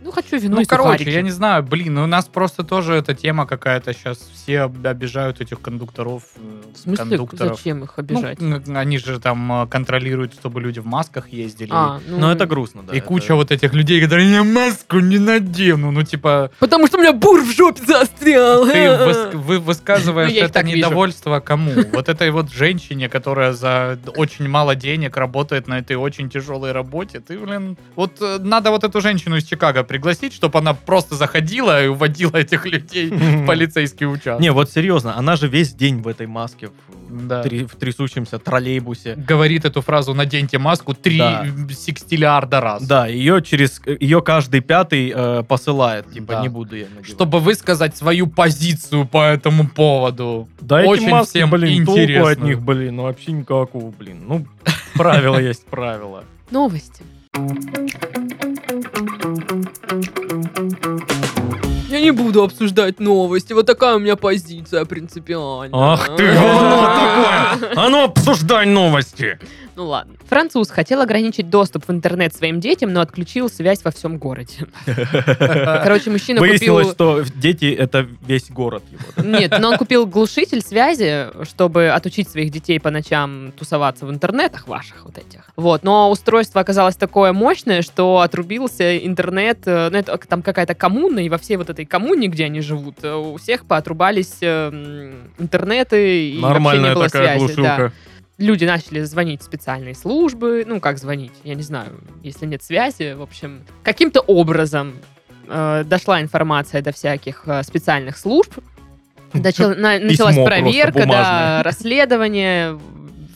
A: Ну, хочу вино
B: Ну,
A: и
B: короче,
A: сухарики.
B: я не знаю, блин, ну, у нас просто тоже эта тема какая-то сейчас. Все обижают этих кондукторов. э,
A: В смысле,
B: кондукторов.
A: зачем их
B: Ну,
A: обижать?
B: н- они же там э, контролируют, чтобы люди в масках ездили.
A: А, ну,
C: Но это грустно, да.
B: и
C: это-
B: куча вот этих людей, которые я маску не надену. Ну, типа,
A: Потому что у меня бур в жопе застрял.
B: А ты выс- вы высказываешь
A: Э, Ну, я их
B: это
A: так вижу.
B: недовольство кому? Вот этой вот женщине, которая за очень мало денег работает на этой очень тяжелой работе. Ты, блин, вот э, надо вот эту женщину из Чикаго пригласить, чтобы она просто заходила и уводила этих людей в полицейский участок.
C: Не, вот серьезно, она же весь день в этой маске, в,
B: Да.
C: тря- в трясущемся троллейбусе.
B: Говорит эту фразу «наденьте маску» три
C: Да.
B: секстиллиарда раз.
C: Да, ее через ее каждый пятый э, посылает, типа
B: Да.
C: не буду я надевать.
B: Чтобы высказать свою позицию по этому поводу.
C: да эти
B: очень
C: маски,
B: всем
C: блин, толку
B: интересно.
C: от них, блин, ну, вообще никакого, блин. Ну правила есть правила.
A: Новости. Я не буду обсуждать новости. Вот такая у меня позиция принципиальная.
C: Ах ты, говно такое! А ну обсуждай новости!
A: Ну ладно. Француз хотел ограничить доступ в интернет своим детям, но отключил связь во всем городе. Короче, мужчина
C: Э, Выяснилось,
A: купил...
C: что дети это весь город его. да?
A: Нет, но он купил глушитель связи, чтобы отучить своих детей по ночам тусоваться в интернетах ваших вот этих. Вот, но устройство оказалось такое мощное, что отрубился интернет, э, ну это там какая-то коммуна, и во всей вот этой коммуне, где они живут, э, у всех поотрубались э, м, интернеты, и вообще не
C: Нормальная
A: было
C: такая
A: связи. да.
C: глушилка.
A: люди начали звонить в специальные службы, ну, как звонить, я не знаю, если нет связи, в общем, каким-то образом э, дошла информация до всяких э, специальных служб, Дочел- на- началась
C: просто
A: проверка, да,
C: бумажное.
A: расследование,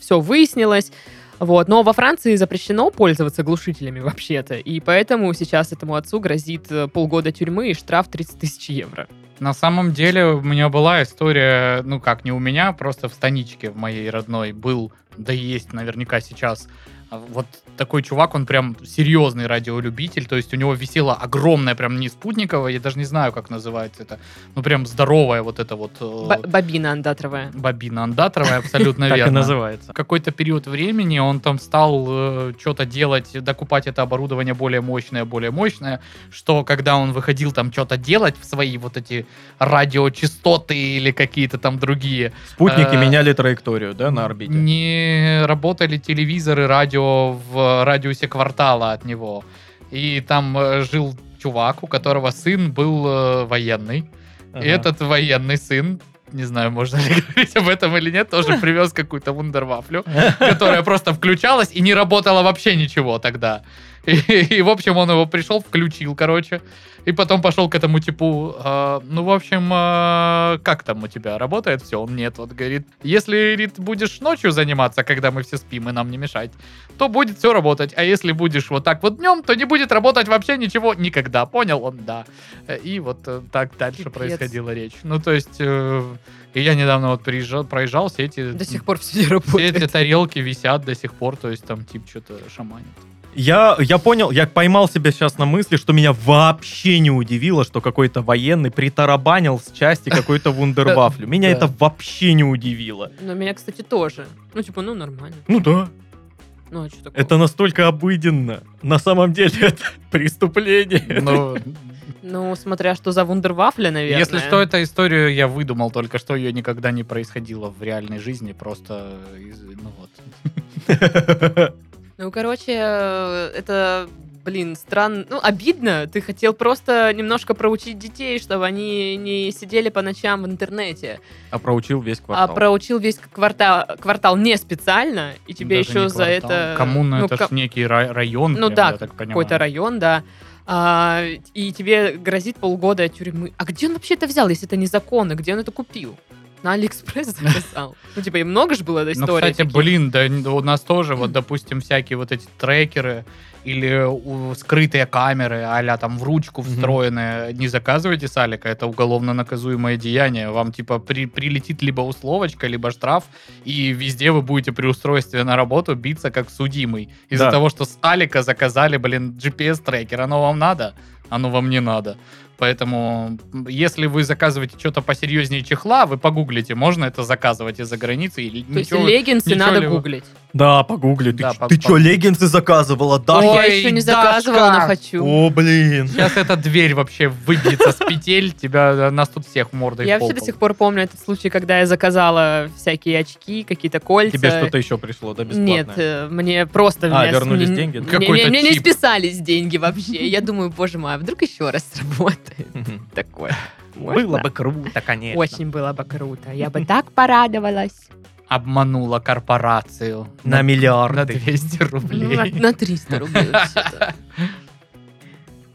A: все выяснилось. Вот. Но во Франции запрещено пользоваться глушителями вообще-то, и поэтому сейчас этому отцу грозит э, полгода тюрьмы и штраф 30 тысяч евро.
B: На самом деле у меня была история, ну как, не у меня, просто в станичке в моей родной был, да и есть наверняка сейчас, а, Вот такой чувак, он прям серьезный радиолюбитель, то есть у него висела огромная, прям не спутниковая, я даже не знаю, как называется это, ну прям здоровая вот эта вот э,
A: Б- бобина андатровая.
B: бобина андатровая, абсолютно
C: Так и
B: верно
C: называется.
B: какой-то период времени он там стал что-то делать, докупать это оборудование более мощное, более мощное, что когда он выходил там что-то делать в свои вот эти радиочастоты или какие-то там другие,
C: Спутники
B: Э,
C: меняли траекторию, да, на орбите.
B: не работали телевизоры, радио в радиусе квартала от него. И там э, жил чувак, у которого сын был э, военный.
C: Ага.
B: И этот военный сын, не знаю, можно ли говорить об этом или нет, тоже привез какую-то вундервафлю, которая просто включалась и не работала вообще ничего тогда. И, и, в общем, он его пришел, включил, короче, и потом пошел к этому типу, «А, ну, в общем, а, как там у тебя, работает все? Он нет, вот говорит, если, говорит, будешь ночью заниматься, когда мы все спим и нам не мешать, то будет все работать, а если будешь вот так вот днем, то не будет работать вообще ничего никогда, понял он, да. Э, И вот э, так дальше
A: Пипец.
B: происходила речь. Ну, то есть, э, и я недавно вот приезжал, проезжал все эти...
A: До сих пор все не
B: Все эти
A: работает.
B: тарелки висят до сих пор, то есть там тип что-то шаманит.
C: Я, я понял, я поймал себя сейчас на мысли, что меня вообще не удивило, что какой-то военный притарабанил с части какой-то вундервафлю. Меня
B: Да.
C: это вообще не удивило.
A: Но меня, кстати, тоже. Ну, типа, ну, нормально.
C: Ну да.
A: Ну, а что такое?
C: Это настолько обыденно. На самом деле это преступление.
B: Ну,
A: Ну, смотря что за вундервафля, наверное.
B: если что, эту историю я выдумал, только что ее никогда не происходило в реальной жизни, просто, из- ну вот.
A: Ну, короче, э, это, блин, странно. Ну, обидно. Ты хотел просто немножко проучить детей, чтобы они не сидели по ночам в интернете.
C: А проучил весь
A: А проучил весь квартал, квартал не специально, и тебе
B: Даже
A: еще
B: не
A: за
B: квартал.
A: это...
B: Коммуна
A: ну,
B: это
A: ко-
B: ж некий ра- район,
A: Ну
B: прям,
A: да,
B: я так понимаю.
A: какой-то район, да. А, и тебе грозит полгода тюрьмы. А где он вообще это взял, если это незаконно? Где он это купил? На Алиэкспресс заказал. Ну, типа, и много же было этой
B: Ну,
A: истории.
B: кстати, блин, да н- у нас тоже, вот, допустим, всякие вот эти трекеры или у, скрытые камеры, а там в ручку
C: Мгм.
B: встроенные, не заказывайте с Алика, это уголовно наказуемое деяние. Вам, типа, при- прилетит либо условочка, либо штраф, и везде вы будете при устройстве на работу биться как судимый. Из-за
C: Да.
B: того, что с Алика заказали, блин, GPS-трекер, оно вам надо? Оно вам не надо. Поэтому, м, если вы заказываете что-то посерьезнее чехла, вы погуглите, можно это заказывать из-за границы или
A: То есть
B: ничего-
A: леггинсы
B: ничего
A: надо
B: ли вы-
A: гуглить.
C: Да, погугли. Ты
B: Да,
C: ч-
B: по-
C: Ты
B: по-
C: чё, леггинсы заказывала, да?
B: Ой,
A: я еще не заказывала, но
B: Дашка!
A: хочу.
C: О, блин.
B: Сейчас эта дверь вообще выбьется с петель, тебя э, нас тут всех мордой
A: Я
B: в пол
A: вообще до сих
B: полу.
A: пор помню этот случай, когда я заказала всякие очки, какие-то кольца.
C: Тебе что-то еще пришло, да,
A: Нет,
C: бесплатное?
A: э, мне просто...
C: А,
A: меня с-
C: вернулись
A: мне-
C: деньги?
A: Мне,
B: Какой-то
A: мне- мне не
B: чип.
A: списались деньги вообще. Я думаю, боже мой, а вдруг еще раз сработает
C: Мгм.
A: такое.
C: Было
A: Можно?
C: бы круто, конечно.
A: Очень было бы круто. Я бы так порадовалась.
B: Обманула корпорацию.
C: На миллиарды.
B: На 200
A: Ну, На
B: рублей.
A: на 300 рублей вообще-то.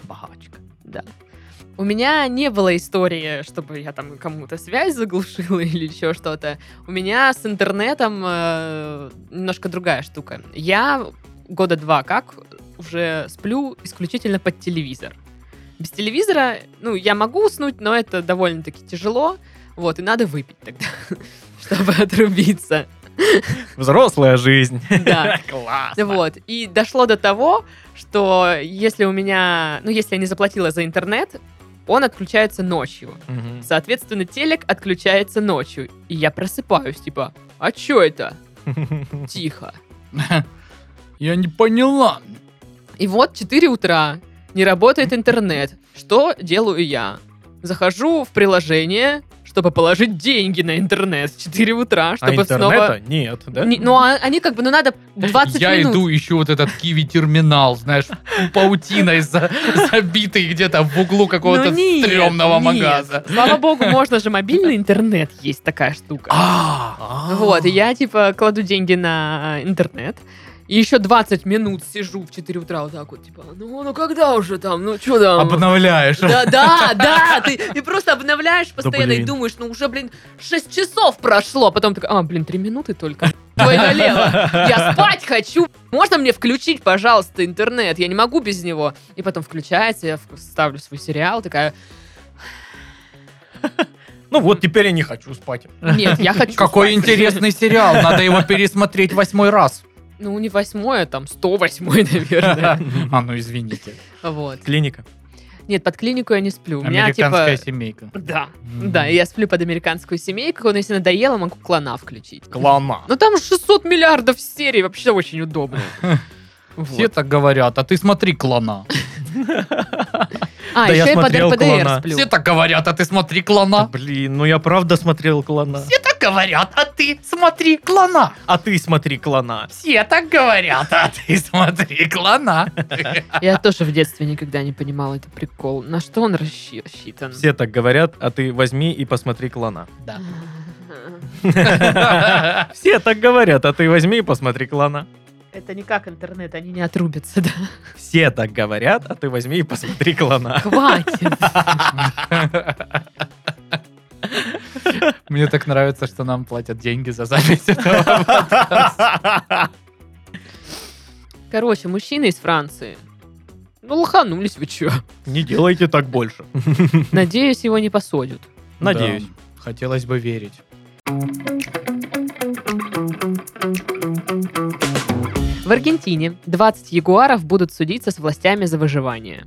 C: Бабочка.
A: Да. У меня не было истории, чтобы я там кому-то связь заглушила или еще что-то. У меня с интернетом э, немножко другая штука. Я года два как уже сплю исключительно под телевизор. Без телевизора, ну, я могу уснуть, но это довольно-таки тяжело. Вот, и надо выпить тогда, чтобы отрубиться.
C: Взрослая жизнь.
A: Да.
B: Класс.
A: Вот. И дошло до того, что если у меня, ну, если я не заплатила за интернет, он отключается ночью. Соответственно, телек отключается ночью. И я просыпаюсь, типа, а чё это? Тихо.
B: Я не поняла.
A: И вот 4 утра, не работает интернет. Что делаю я? Захожу в приложение, чтобы положить деньги на интернет в 4 утра,
C: А
A: чтобы снова...
C: интернета нет, да?
A: Не- ну, а они как бы, ну, надо 20
B: Я
A: минут.
B: иду, ищу вот этот киви-терминал, знаешь, паутиной за- забитый где-то в углу какого-то
A: Ну, нет,
B: стрёмного
A: нет.
B: магаза.
A: Слава богу, можно же мобильный интернет есть такая штука.
B: А,
A: Вот, и я типа кладу деньги на э, интернет. И еще 20 минут сижу в 4 утра вот так вот, типа, ну, ну когда уже там, ну что
B: Эм,
A: там?
B: Обновляешь.
A: Да, да, да, ты, ты просто обновляешь постоянно и
C: блин.
A: думаешь, ну уже, блин, 6 часов прошло. Потом такой, а, блин, 3 минуты только. Твой налево. Я спать хочу. Можно мне включить, пожалуйста, интернет? Я не могу без него. И потом включается, я в- ставлю свой сериал, такая,
C: Ну вот теперь я не хочу спать.
A: Нет, я хочу.
B: Какой
A: спать.
B: интересный сериал, надо его пересмотреть восьмой раз.
A: Ну, не восьмое, там, сто восьмой, наверное.
B: А, ну извините.
A: Вот.
C: Клиника.
A: Нет, под клинику я не сплю. У меня, типа...
B: Американская семейка.
A: Да,
B: Мгм.
A: да, я сплю под американскую семейку, но если надоело, могу клана включить.
C: Клана.
A: Ну там 600 миллиардов серий, вообще очень удобно.
B: Все
A: Вот.
B: так говорят, а ты смотри клана.
A: А,
C: Да, я
A: еще я А, под
C: смотрел «Клана».
A: РПДР
B: Все
A: сплю.
B: так говорят, а ты смотри
C: Да,
B: клана.
C: блин, ну я правда смотрел клана.
B: Все так говорят, а ты смотри клана.
C: А ты смотри клана.
B: Все так говорят, а ты смотри клана.
A: Я тоже в детстве никогда не понимала этот прикол. На что он расщи- рассчитан?
C: Все так говорят, а ты возьми и посмотри клана.
B: Да.
C: Все так говорят, а ты возьми и посмотри клана.
A: Это не как интернет, они не отрубятся, да?
C: Все так говорят, а ты возьми и посмотри клана.
A: Хватит.
B: Мне так нравится, что нам платят деньги за запись этого.
A: Короче, мужчины из Франции. Ну, лоханулись вы чё.
C: Не делайте так больше.
A: Надеюсь, его не посадят.
C: Надеюсь.
B: Да, Хотелось бы верить.
A: В Аргентине 20 ягуаров будут судиться с властями за выживание.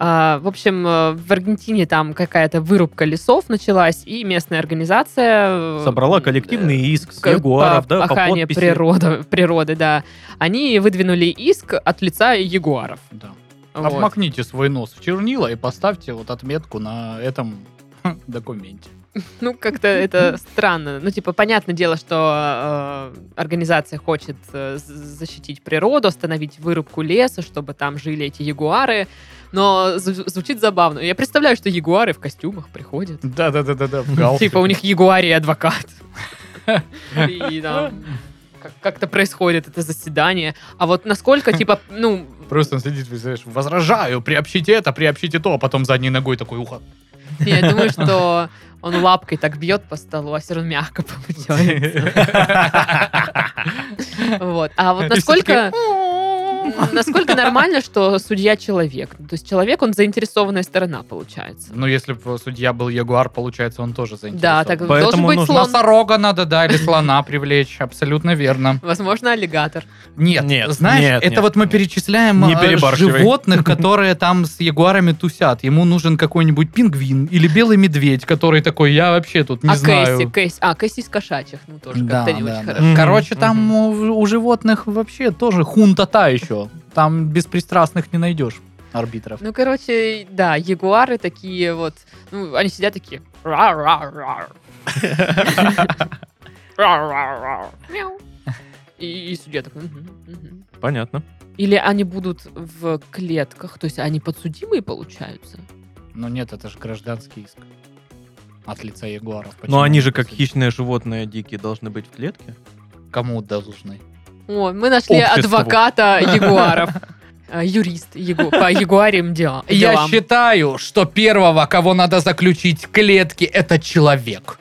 A: А, В общем, э, в Аргентине там какая-то вырубка лесов началась, и местная организация... э,
C: Собрала коллективный иск с
A: к-
C: ягуаров,
A: по
C: да, по
A: паханию
C: подписи.
A: природа- природы, да. Они выдвинули иск от лица ягуаров.
B: Да.
A: Вот.
B: Обмакните свой нос в чернила и поставьте вот отметку на этом хм, документе.
A: Ну, как-то это странно. Ну, типа, понятное дело, что э, организация хочет э, з- защитить природу, остановить вырубку леса, чтобы там жили эти ягуары. Но зв- звучит забавно. Я представляю, что ягуары в костюмах приходят.
B: Да-да-да-да-да.
A: Типа, у них ягуарий адвокат. И там как- как-то происходит это заседание. А вот насколько, типа, ну...
B: Просто он сидит, представляешь, возражаю, приобщите это, приобщите то, а потом задней ногой такой ухо.
A: Я думаю, что он лапкой так бьет по столу, а все равно мягко получается. Вот. А вот
B: И все
A: насколько... Насколько нормально, что судья человек? Ну, То есть человек, он заинтересованная сторона, получается.
B: Ну, если бы судья был ягуар, получается, он тоже
A: Да,
B: заинтересован.
A: так должен
C: Поэтому
A: быть
C: нужно
A: слон.
B: Носорога надо, да, или слона привлечь, абсолютно верно.
A: Возможно, аллигатор.
B: Нет,
C: Нет,
B: знаешь,
C: нет,
B: это
C: нет.
B: вот мы перечисляем
C: Не
B: э,
C: перебарщивай.
B: животных, которые там с ягуарами тусят. Ему нужен какой-нибудь пингвин или белый медведь, который такой, я вообще тут не
A: а
B: знаю.
A: Кэсси, Кэсси. А, Кэсси из кошачьих. Ну, тоже
B: Да,
A: как-то не
B: да,
A: очень
B: да.
A: хорошо.
C: Мгм,
B: Короче, там
C: мгм.
B: у, у животных вообще тоже хунта та еще. Там беспристрастных не найдешь арбитров.
A: Ну, короче, да, ягуары такие вот... Ну, они сидят такие... «Ра-ра-ра». «Ра-ра-ра». Мяу. И и судья такой... «Мгм, мгм».
C: Понятно.
A: Или они будут в клетках, то есть они подсудимые получаются?
B: Ну нет, это же гражданский иск. От лица ягуаров. Почему
C: Но Ну, они же как
B: посадили?
C: хищные животные дикие должны быть в клетке.
B: Кому должны?
A: О, мы нашли
C: Обществу.
A: адвоката ягуаров. Э, Юрист ягу- по ягуарим дела-
B: Я
A: делам.
B: считаю, что первого, кого надо заключить в клетке, это человек.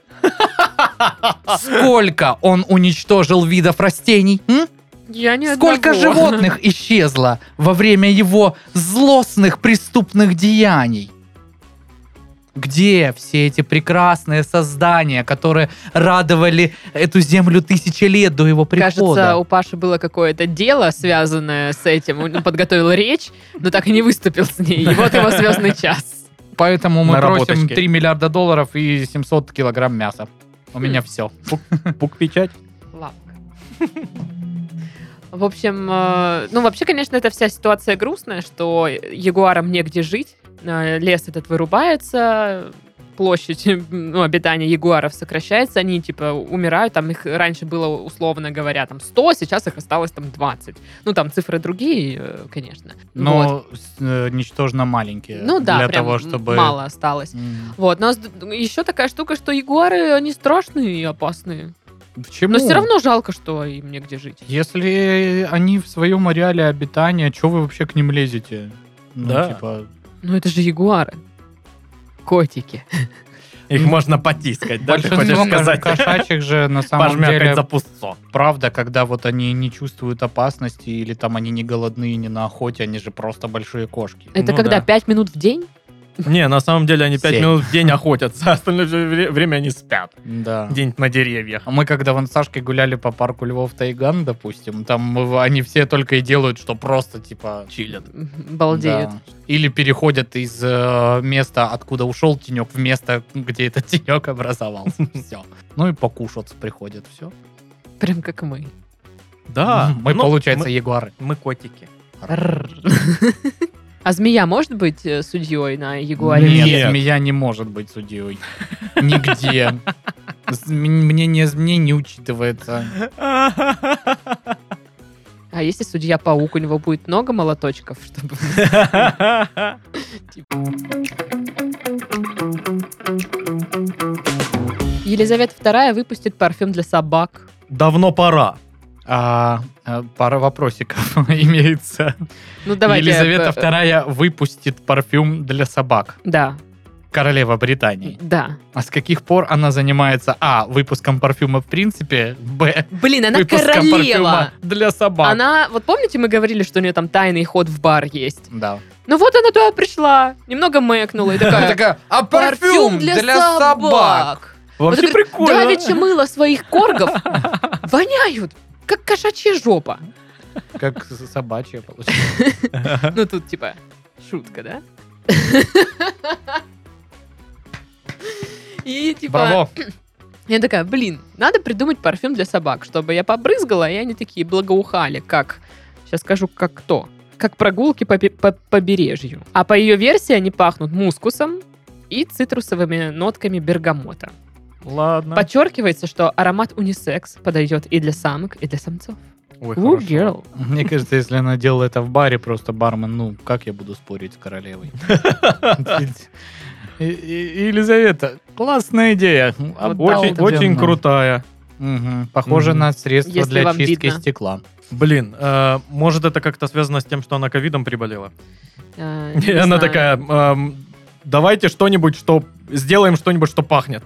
B: Сколько он уничтожил видов растений? м?
A: Я ни
B: Сколько
A: одного.
B: животных исчезло во время его злостных преступных деяний? Где все эти прекрасные создания, которые радовали эту землю тысячи лет до его
A: Кажется,
B: прихода?
A: у Паши было какое-то дело, связанное с этим. Он подготовил речь, но так и не выступил с ней. И вот его звездный час.
B: Поэтому мы просим
C: наработочки.
B: 3 миллиарда долларов и 700 килограмм мяса.
A: Хм.
B: У меня все.
C: Пук печать.
A: Лапка. В общем, э, ну вообще, конечно, эта вся ситуация грустная, что ягуарам негде жить, э, лес этот вырубается, площадь ну, обитания ягуаров сокращается, они типа умирают, там их раньше было, условно говоря, там 100, сейчас их осталось там 20. Ну там цифры другие, э, конечно. Вот.
B: Но Ну с- э, ничтожно маленькие.
A: ну да,
B: для
A: прям
B: того, чтобы...
A: мало осталось.
B: М.
A: Вот, но еще такая штука, что ягуары, они страшные и опасные.
B: Почему?
A: Но все равно жалко, что им негде жить.
B: Если они в своем ареале обитания, что вы вообще к ним лезете? Ну,
C: Да.
B: типа,
A: Ну это же ягуары. Котики.
C: Их можно потискать, да? Ты хочешь
B: большинство
C: сказать?
B: кошачьих же на самом
C: Пожмякать
B: деле
C: за пусто.
B: правда, когда вот они не чувствуют опасности или там они не голодные, не на охоте, они же просто большие кошки.
A: Это
C: Ну
A: когда
C: да.
A: пять минут в день?
C: Не, на самом деле они 5
B: Семь.
C: минут в день охотятся, а остальное всё вре- время они спят.
B: Да.
C: Где-нибудь на деревьях.
B: А Мы когда вон с Сашкой гуляли по парку Львов Тайган, допустим, там мы- они все только и делают, что просто типа чилят.
A: Балдеют.
B: Да. Или переходят из э, места, откуда ушел тенек, в место, где этот тенек образовался. Все. Ну и покушаться приходят. Все.
A: Прям как мы.
C: Да.
B: мы,
C: ну,
B: получается,
C: мы-
B: ягуары.
C: Мы котики.
A: А змея может быть э, судьей на Ягуаре?
B: Нет,
C: Нет.
B: змея не может быть судьей. Нигде. Зм- Мнение змей не учитывается.
A: А если судья-паук, у него будет много молоточков, чтобы... Елизавета II выпустит парфюм для собак.
C: Давно пора.
B: А, э, пара вопросиков имеется.
A: Ну, давайте...
B: Елизавета
A: э,
B: II выпустит парфюм для собак.
A: Да,
B: Королева Британии.
A: да.
B: А с каких пор она занимается, а, выпуском парфюма в принципе, б,
A: Блин, она
B: выпуском
A: королева!
B: парфюма для собак.
A: Она, вот помните, мы говорили, что у нее там тайный ход в бар есть?
B: Да.
A: Ну вот она туда пришла, немного мэкнула и
B: Она
A: такая...
B: такая, а парфюм для собак.
A: Вот
C: Вообще
A: говорит,
C: прикольно.
A: Давеча мыло своих коргов воняют, как кошачья жопа.
B: Как с- собачья получается.
A: Ну тут типа шутка, да? И типа...
B: Браво.
A: Я такая, блин, надо придумать парфюм для собак, чтобы я побрызгала, и они такие благоухали, как... Сейчас скажу, как кто. Как прогулки по, пе- по побережью. А по ее версии они пахнут мускусом и цитрусовыми нотками бергамота.
C: Ладно.
A: Подчеркивается, что аромат унисекс подойдет и для самок, и для самцов.
C: Ой,
A: Ooh,
C: хорошо.
A: girl.
B: Мне кажется, если она делала это в баре, просто бармен, ну, как я буду спорить с королевой? И- и- Елизавета, классная идея.
C: Очень,
B: Обалденно.
C: очень крутая.
B: Мгм. Похоже
C: Мгм.
B: на средство
A: Если
B: для
A: вам
B: чистки
A: видно.
B: стекла.
C: Блин, э, может это как-то связано с тем, что она ковидом приболела?
A: Э,
C: И
A: не
C: она
A: знаю.
C: такая, эм, давайте что-нибудь, что... Сделаем что-нибудь, что пахнет.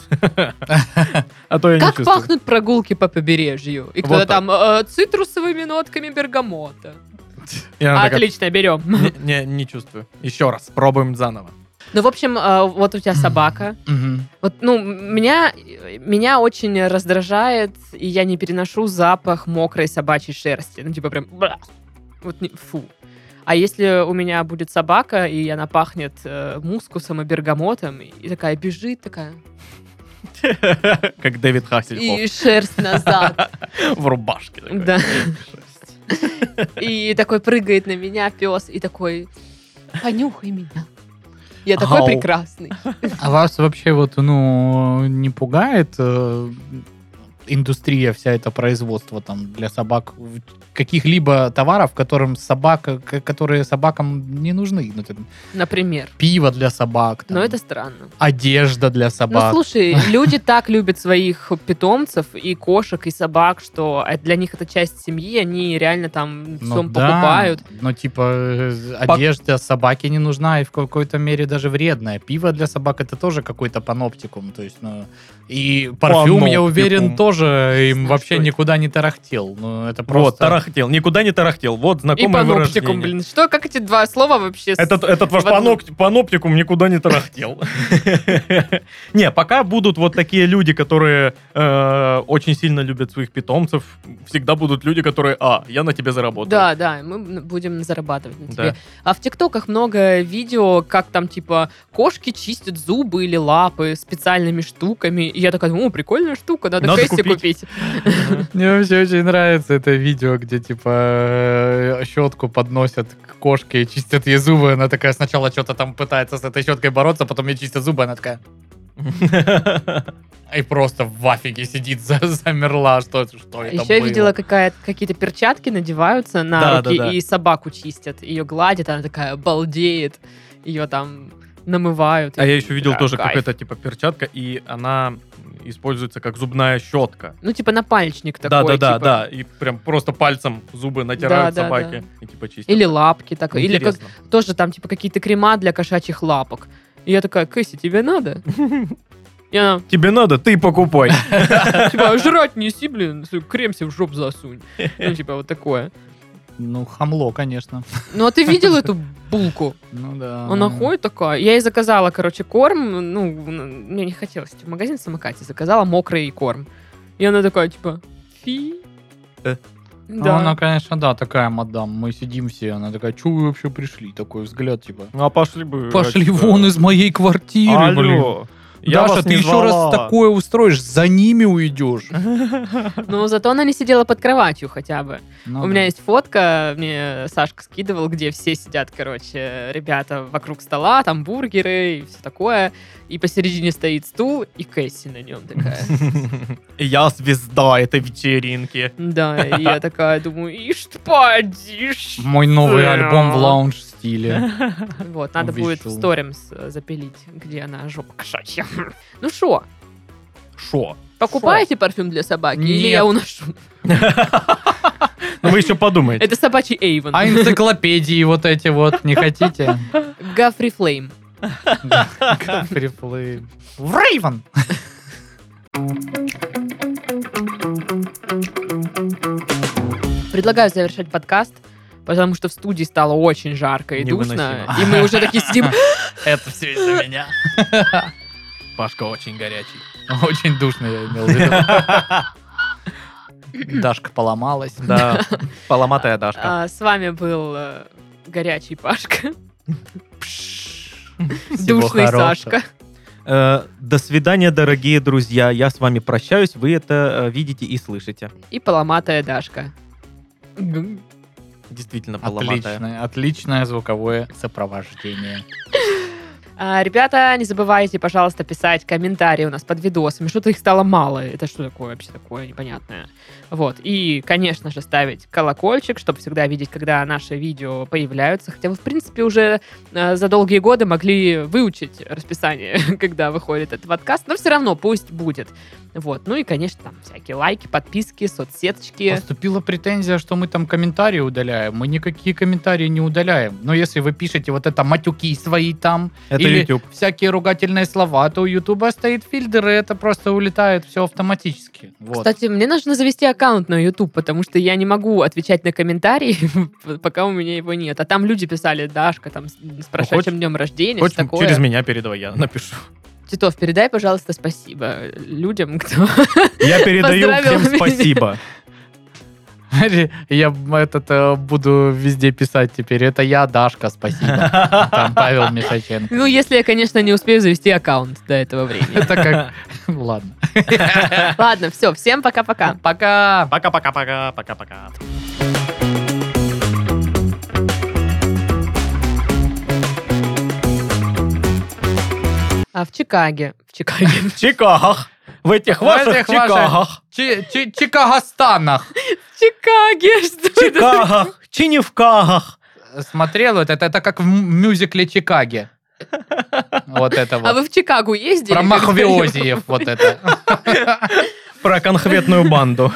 C: А то я не
A: Как
C: чувствую.
A: пахнут прогулки по побережью? И кто-то
C: Вот так.
A: там э, цитрусовыми нотками бергамота.
C: И она такая,
A: Отлично, берем.
C: «Не- Не, не чувствую. Еще раз, пробуем заново.
A: Ну, в общем, э, вот у тебя собака.
B: Мгм.
A: Вот, ну, меня, меня очень раздражает, и я не переношу запах мокрой собачьей шерсти. Ну, типа прям... бра. Вот не- фу. А если у меня будет собака, и она пахнет э, мускусом и бергамотом, и такая бежит, такая,
C: Как Дэвид
A: и
C: Хассельков
A: шерсть назад,
C: в рубашке. такой.
A: Да.
C: Жесть.
A: и такой прыгает на меня пес, и такой, понюхай меня. Я такой
C: Ау.
A: прекрасный.
B: А вас вообще вот, ну, не пугает э, индустрия, вся это производство там для собак, в- каких-либо товаров, которым собака, к- которые собакам не нужны? Ну, там,
A: Например.
B: пиво для собак, там,
A: Но Ну, это странно.
B: одежда для
A: Ну,
B: собак.
A: слушай, люди так любят своих питомцев и кошек, и собак, что э, для них это часть семьи, они реально там
B: Ну
A: всем
B: да,
A: покупают.
B: Но типа э, одежда собаке не нужна и в какой-то мере даже вредная. Пиво для собак это тоже какой-то паноптикум. То есть, ну, и парфюм, я
C: Паноптикум.
B: уверен, тоже им
A: Знаешь,
B: вообще
A: что это?
B: никуда не тарахтел. Ну, это
C: Вот,
B: просто...
C: тарахтел. Никуда не тарахтел. Вот
A: И
C: знакомое
A: паноптикум,
C: выражение.
A: блин. Что, как эти два слова вообще? с-
C: Этот, этот ваш
A: В одну-
C: панок- паноптикум никуда не тарахтел. Не, пока будут вот такие люди, которые э, очень сильно любят своих питомцев, всегда будут люди, которые, а, я на тебе заработал.
A: Да, да, мы м, будем зарабатывать на
C: Да.
A: тебе. А в ТикТоках много видео, как там, типа, кошки чистят зубы или лапы специальными штуками. И я такая, о, прикольная штука, надо,
C: Надо
A: Кэсси
C: купить».
A: купить.
B: Мне вообще очень нравится это видео, где типа э, щетку подносят к кошке и чистят ей зубы. Она такая сначала что-то там пытается с этой щеткой бороться, потом ей чистят зубы, она такая... И просто в афиге сидит, за- замерла, что, что это
A: Еще А я
B: было?
A: видела, какая- какие-то перчатки надеваются на
C: Да,
A: руки
C: да, да.
A: и собаку чистят. Ее гладят, она такая балдеет. Ее там намывают.
C: А я еще видел
A: Да,
C: тоже,
A: кайф.
C: как это, типа, перчатка, и она используется как зубная щетка.
A: Ну, типа напальчник такой.
C: Да, да, да,
A: типа.
C: да. И прям просто пальцем зубы натирают
A: Да, да,
C: собаки и типа чистят.
A: Или лапки так. Или как,
C: Интересно.
A: тоже там, типа, какие-то крема для кошачьих лапок. И я такая, Кэсси, тебе надо? И она, «А
C: Тебе надо, ты покупай.
A: типа, жрать неси, блин, крем себе в жопу засунь. Ну, типа, вот такое.
B: Ну, хамло, конечно.
A: Ну, а ты видел эту булку?
B: Ну да.
A: Она ходит такая. Я ей заказала, короче, корм. Ну, н- мне не хотелось идти в магазин в самокате. Заказала мокрый корм. И она такая, типа, фи.
C: Э.
A: Да.
B: А Она, конечно, да, такая мадам. Мы сидим все, она такая, чё вы вообще пришли? Такой взгляд, типа,
C: Ну, а пошли бы. типа,
B: пошли вон из моей квартиры, блин.
C: Алло. Я
B: Даша,
C: вас
B: ты
C: не
B: еще раз
C: звала.
B: такое устроишь, за ними уйдешь.
A: Но ну, зато она не сидела под кроватью хотя бы.
B: Ну
A: У меня
B: да.
A: есть фотка, мне Сашка скидывал, где все сидят, короче, ребята вокруг стола, там бургеры и все такое. И посередине стоит стул, и Кэсси на нем такая.
C: Я звезда этой вечеринки.
A: Да, и я такая думаю, ишь ты подишь.
B: Мой новый
A: Да.
B: альбом в лаунж-стиле.
A: Вот, надо будет в
B: Весело.
A: сторимс э, запилить, где она жопа кошачья. Ну шо,
C: Шо?
A: покупаете парфюм для собаки или
B: Нет.
A: я уношу?
C: Ну, Вы еще подумайте.
A: Это собачий Эйвен.
B: А энциклопедии вот эти вот не хотите?
A: Гафри Флейм.
B: Приплыли. В Рейвен!
A: Предлагаю завершать подкаст, потому что в студии стало очень жарко и душно.
C: Невыносимо.
A: И мы уже такие сидим,
B: Это все из-за меня.
C: Пашка очень горячий.
B: Очень душно я имел в виду. Дашка поломалась.
C: Да, поломатая Дашка.
A: А, С вами был э, горячий Пашка,
B: Всего
A: душный
B: хорошего.
A: Сашка.
C: Э, До свидания, дорогие друзья. Я с вами прощаюсь. Вы это э, видите и слышите.
A: и поломатая Дашка.
C: Действительно поломатая.
B: Отличное, отличное звуковое сопровождение.
A: А, Ребята, не забывайте, пожалуйста, писать комментарии у нас под видосами. Что-то их стало мало. Это что такое вообще такое непонятное? Вот. И, конечно же, ставить колокольчик, чтобы всегда видеть, когда наши видео появляются. Хотя вы, в принципе, уже э, за долгие годы могли выучить расписание, когда выходит этот подкаст. Но все равно пусть будет. Вот. Ну и, конечно, там всякие лайки, подписки, соцсеточки.
B: Поступила претензия, что мы там комментарии удаляем. Мы никакие комментарии не удаляем. Но если вы пишете вот это матюки свои там,
C: Это
B: или
C: YouTube.
B: всякие ругательные слова, а то у Ютуба стоит фильтр, и это просто улетает все автоматически. Вот.
A: Кстати, мне нужно завести аккаунт на YouTube, потому что я не могу отвечать на комментарии, пока у меня его нет. А там люди писали, Дашка, там, с с прошедшим днем рождения,
C: Хоть
A: что такое.
C: через меня передавай, я напишу.
A: Титов, передай, пожалуйста, спасибо людям, кто...
C: Я передаю
A: Поздравил
C: всем
A: меня.
C: спасибо.
B: Я этот э, буду везде писать теперь. Это я, Дашка, спасибо. Там Павел Мишаченко.
A: Ну, если я, конечно, не успею завести аккаунт до этого времени.
B: Это как... Ладно.
A: Ладно, все, всем пока-пока.
B: Пока.
C: Пока-пока-пока, пока-пока.
A: А в Чикаге... В Чикаге.
C: В Чикагах. В этих
B: В
C: ваших
B: этих ваших
C: Чикагах.
B: Чи- чи- Чикагостанах.
A: В Чикаге! Что это?
C: Чикагах. Чиневкагах.
B: Смотрел вот это, это как в м- мюзикле Чикаги. Вот это
A: А
B: вот.
A: вы в Чикагу ездили?
B: Про Махвеозиев вот это.
C: Про конкретную банду.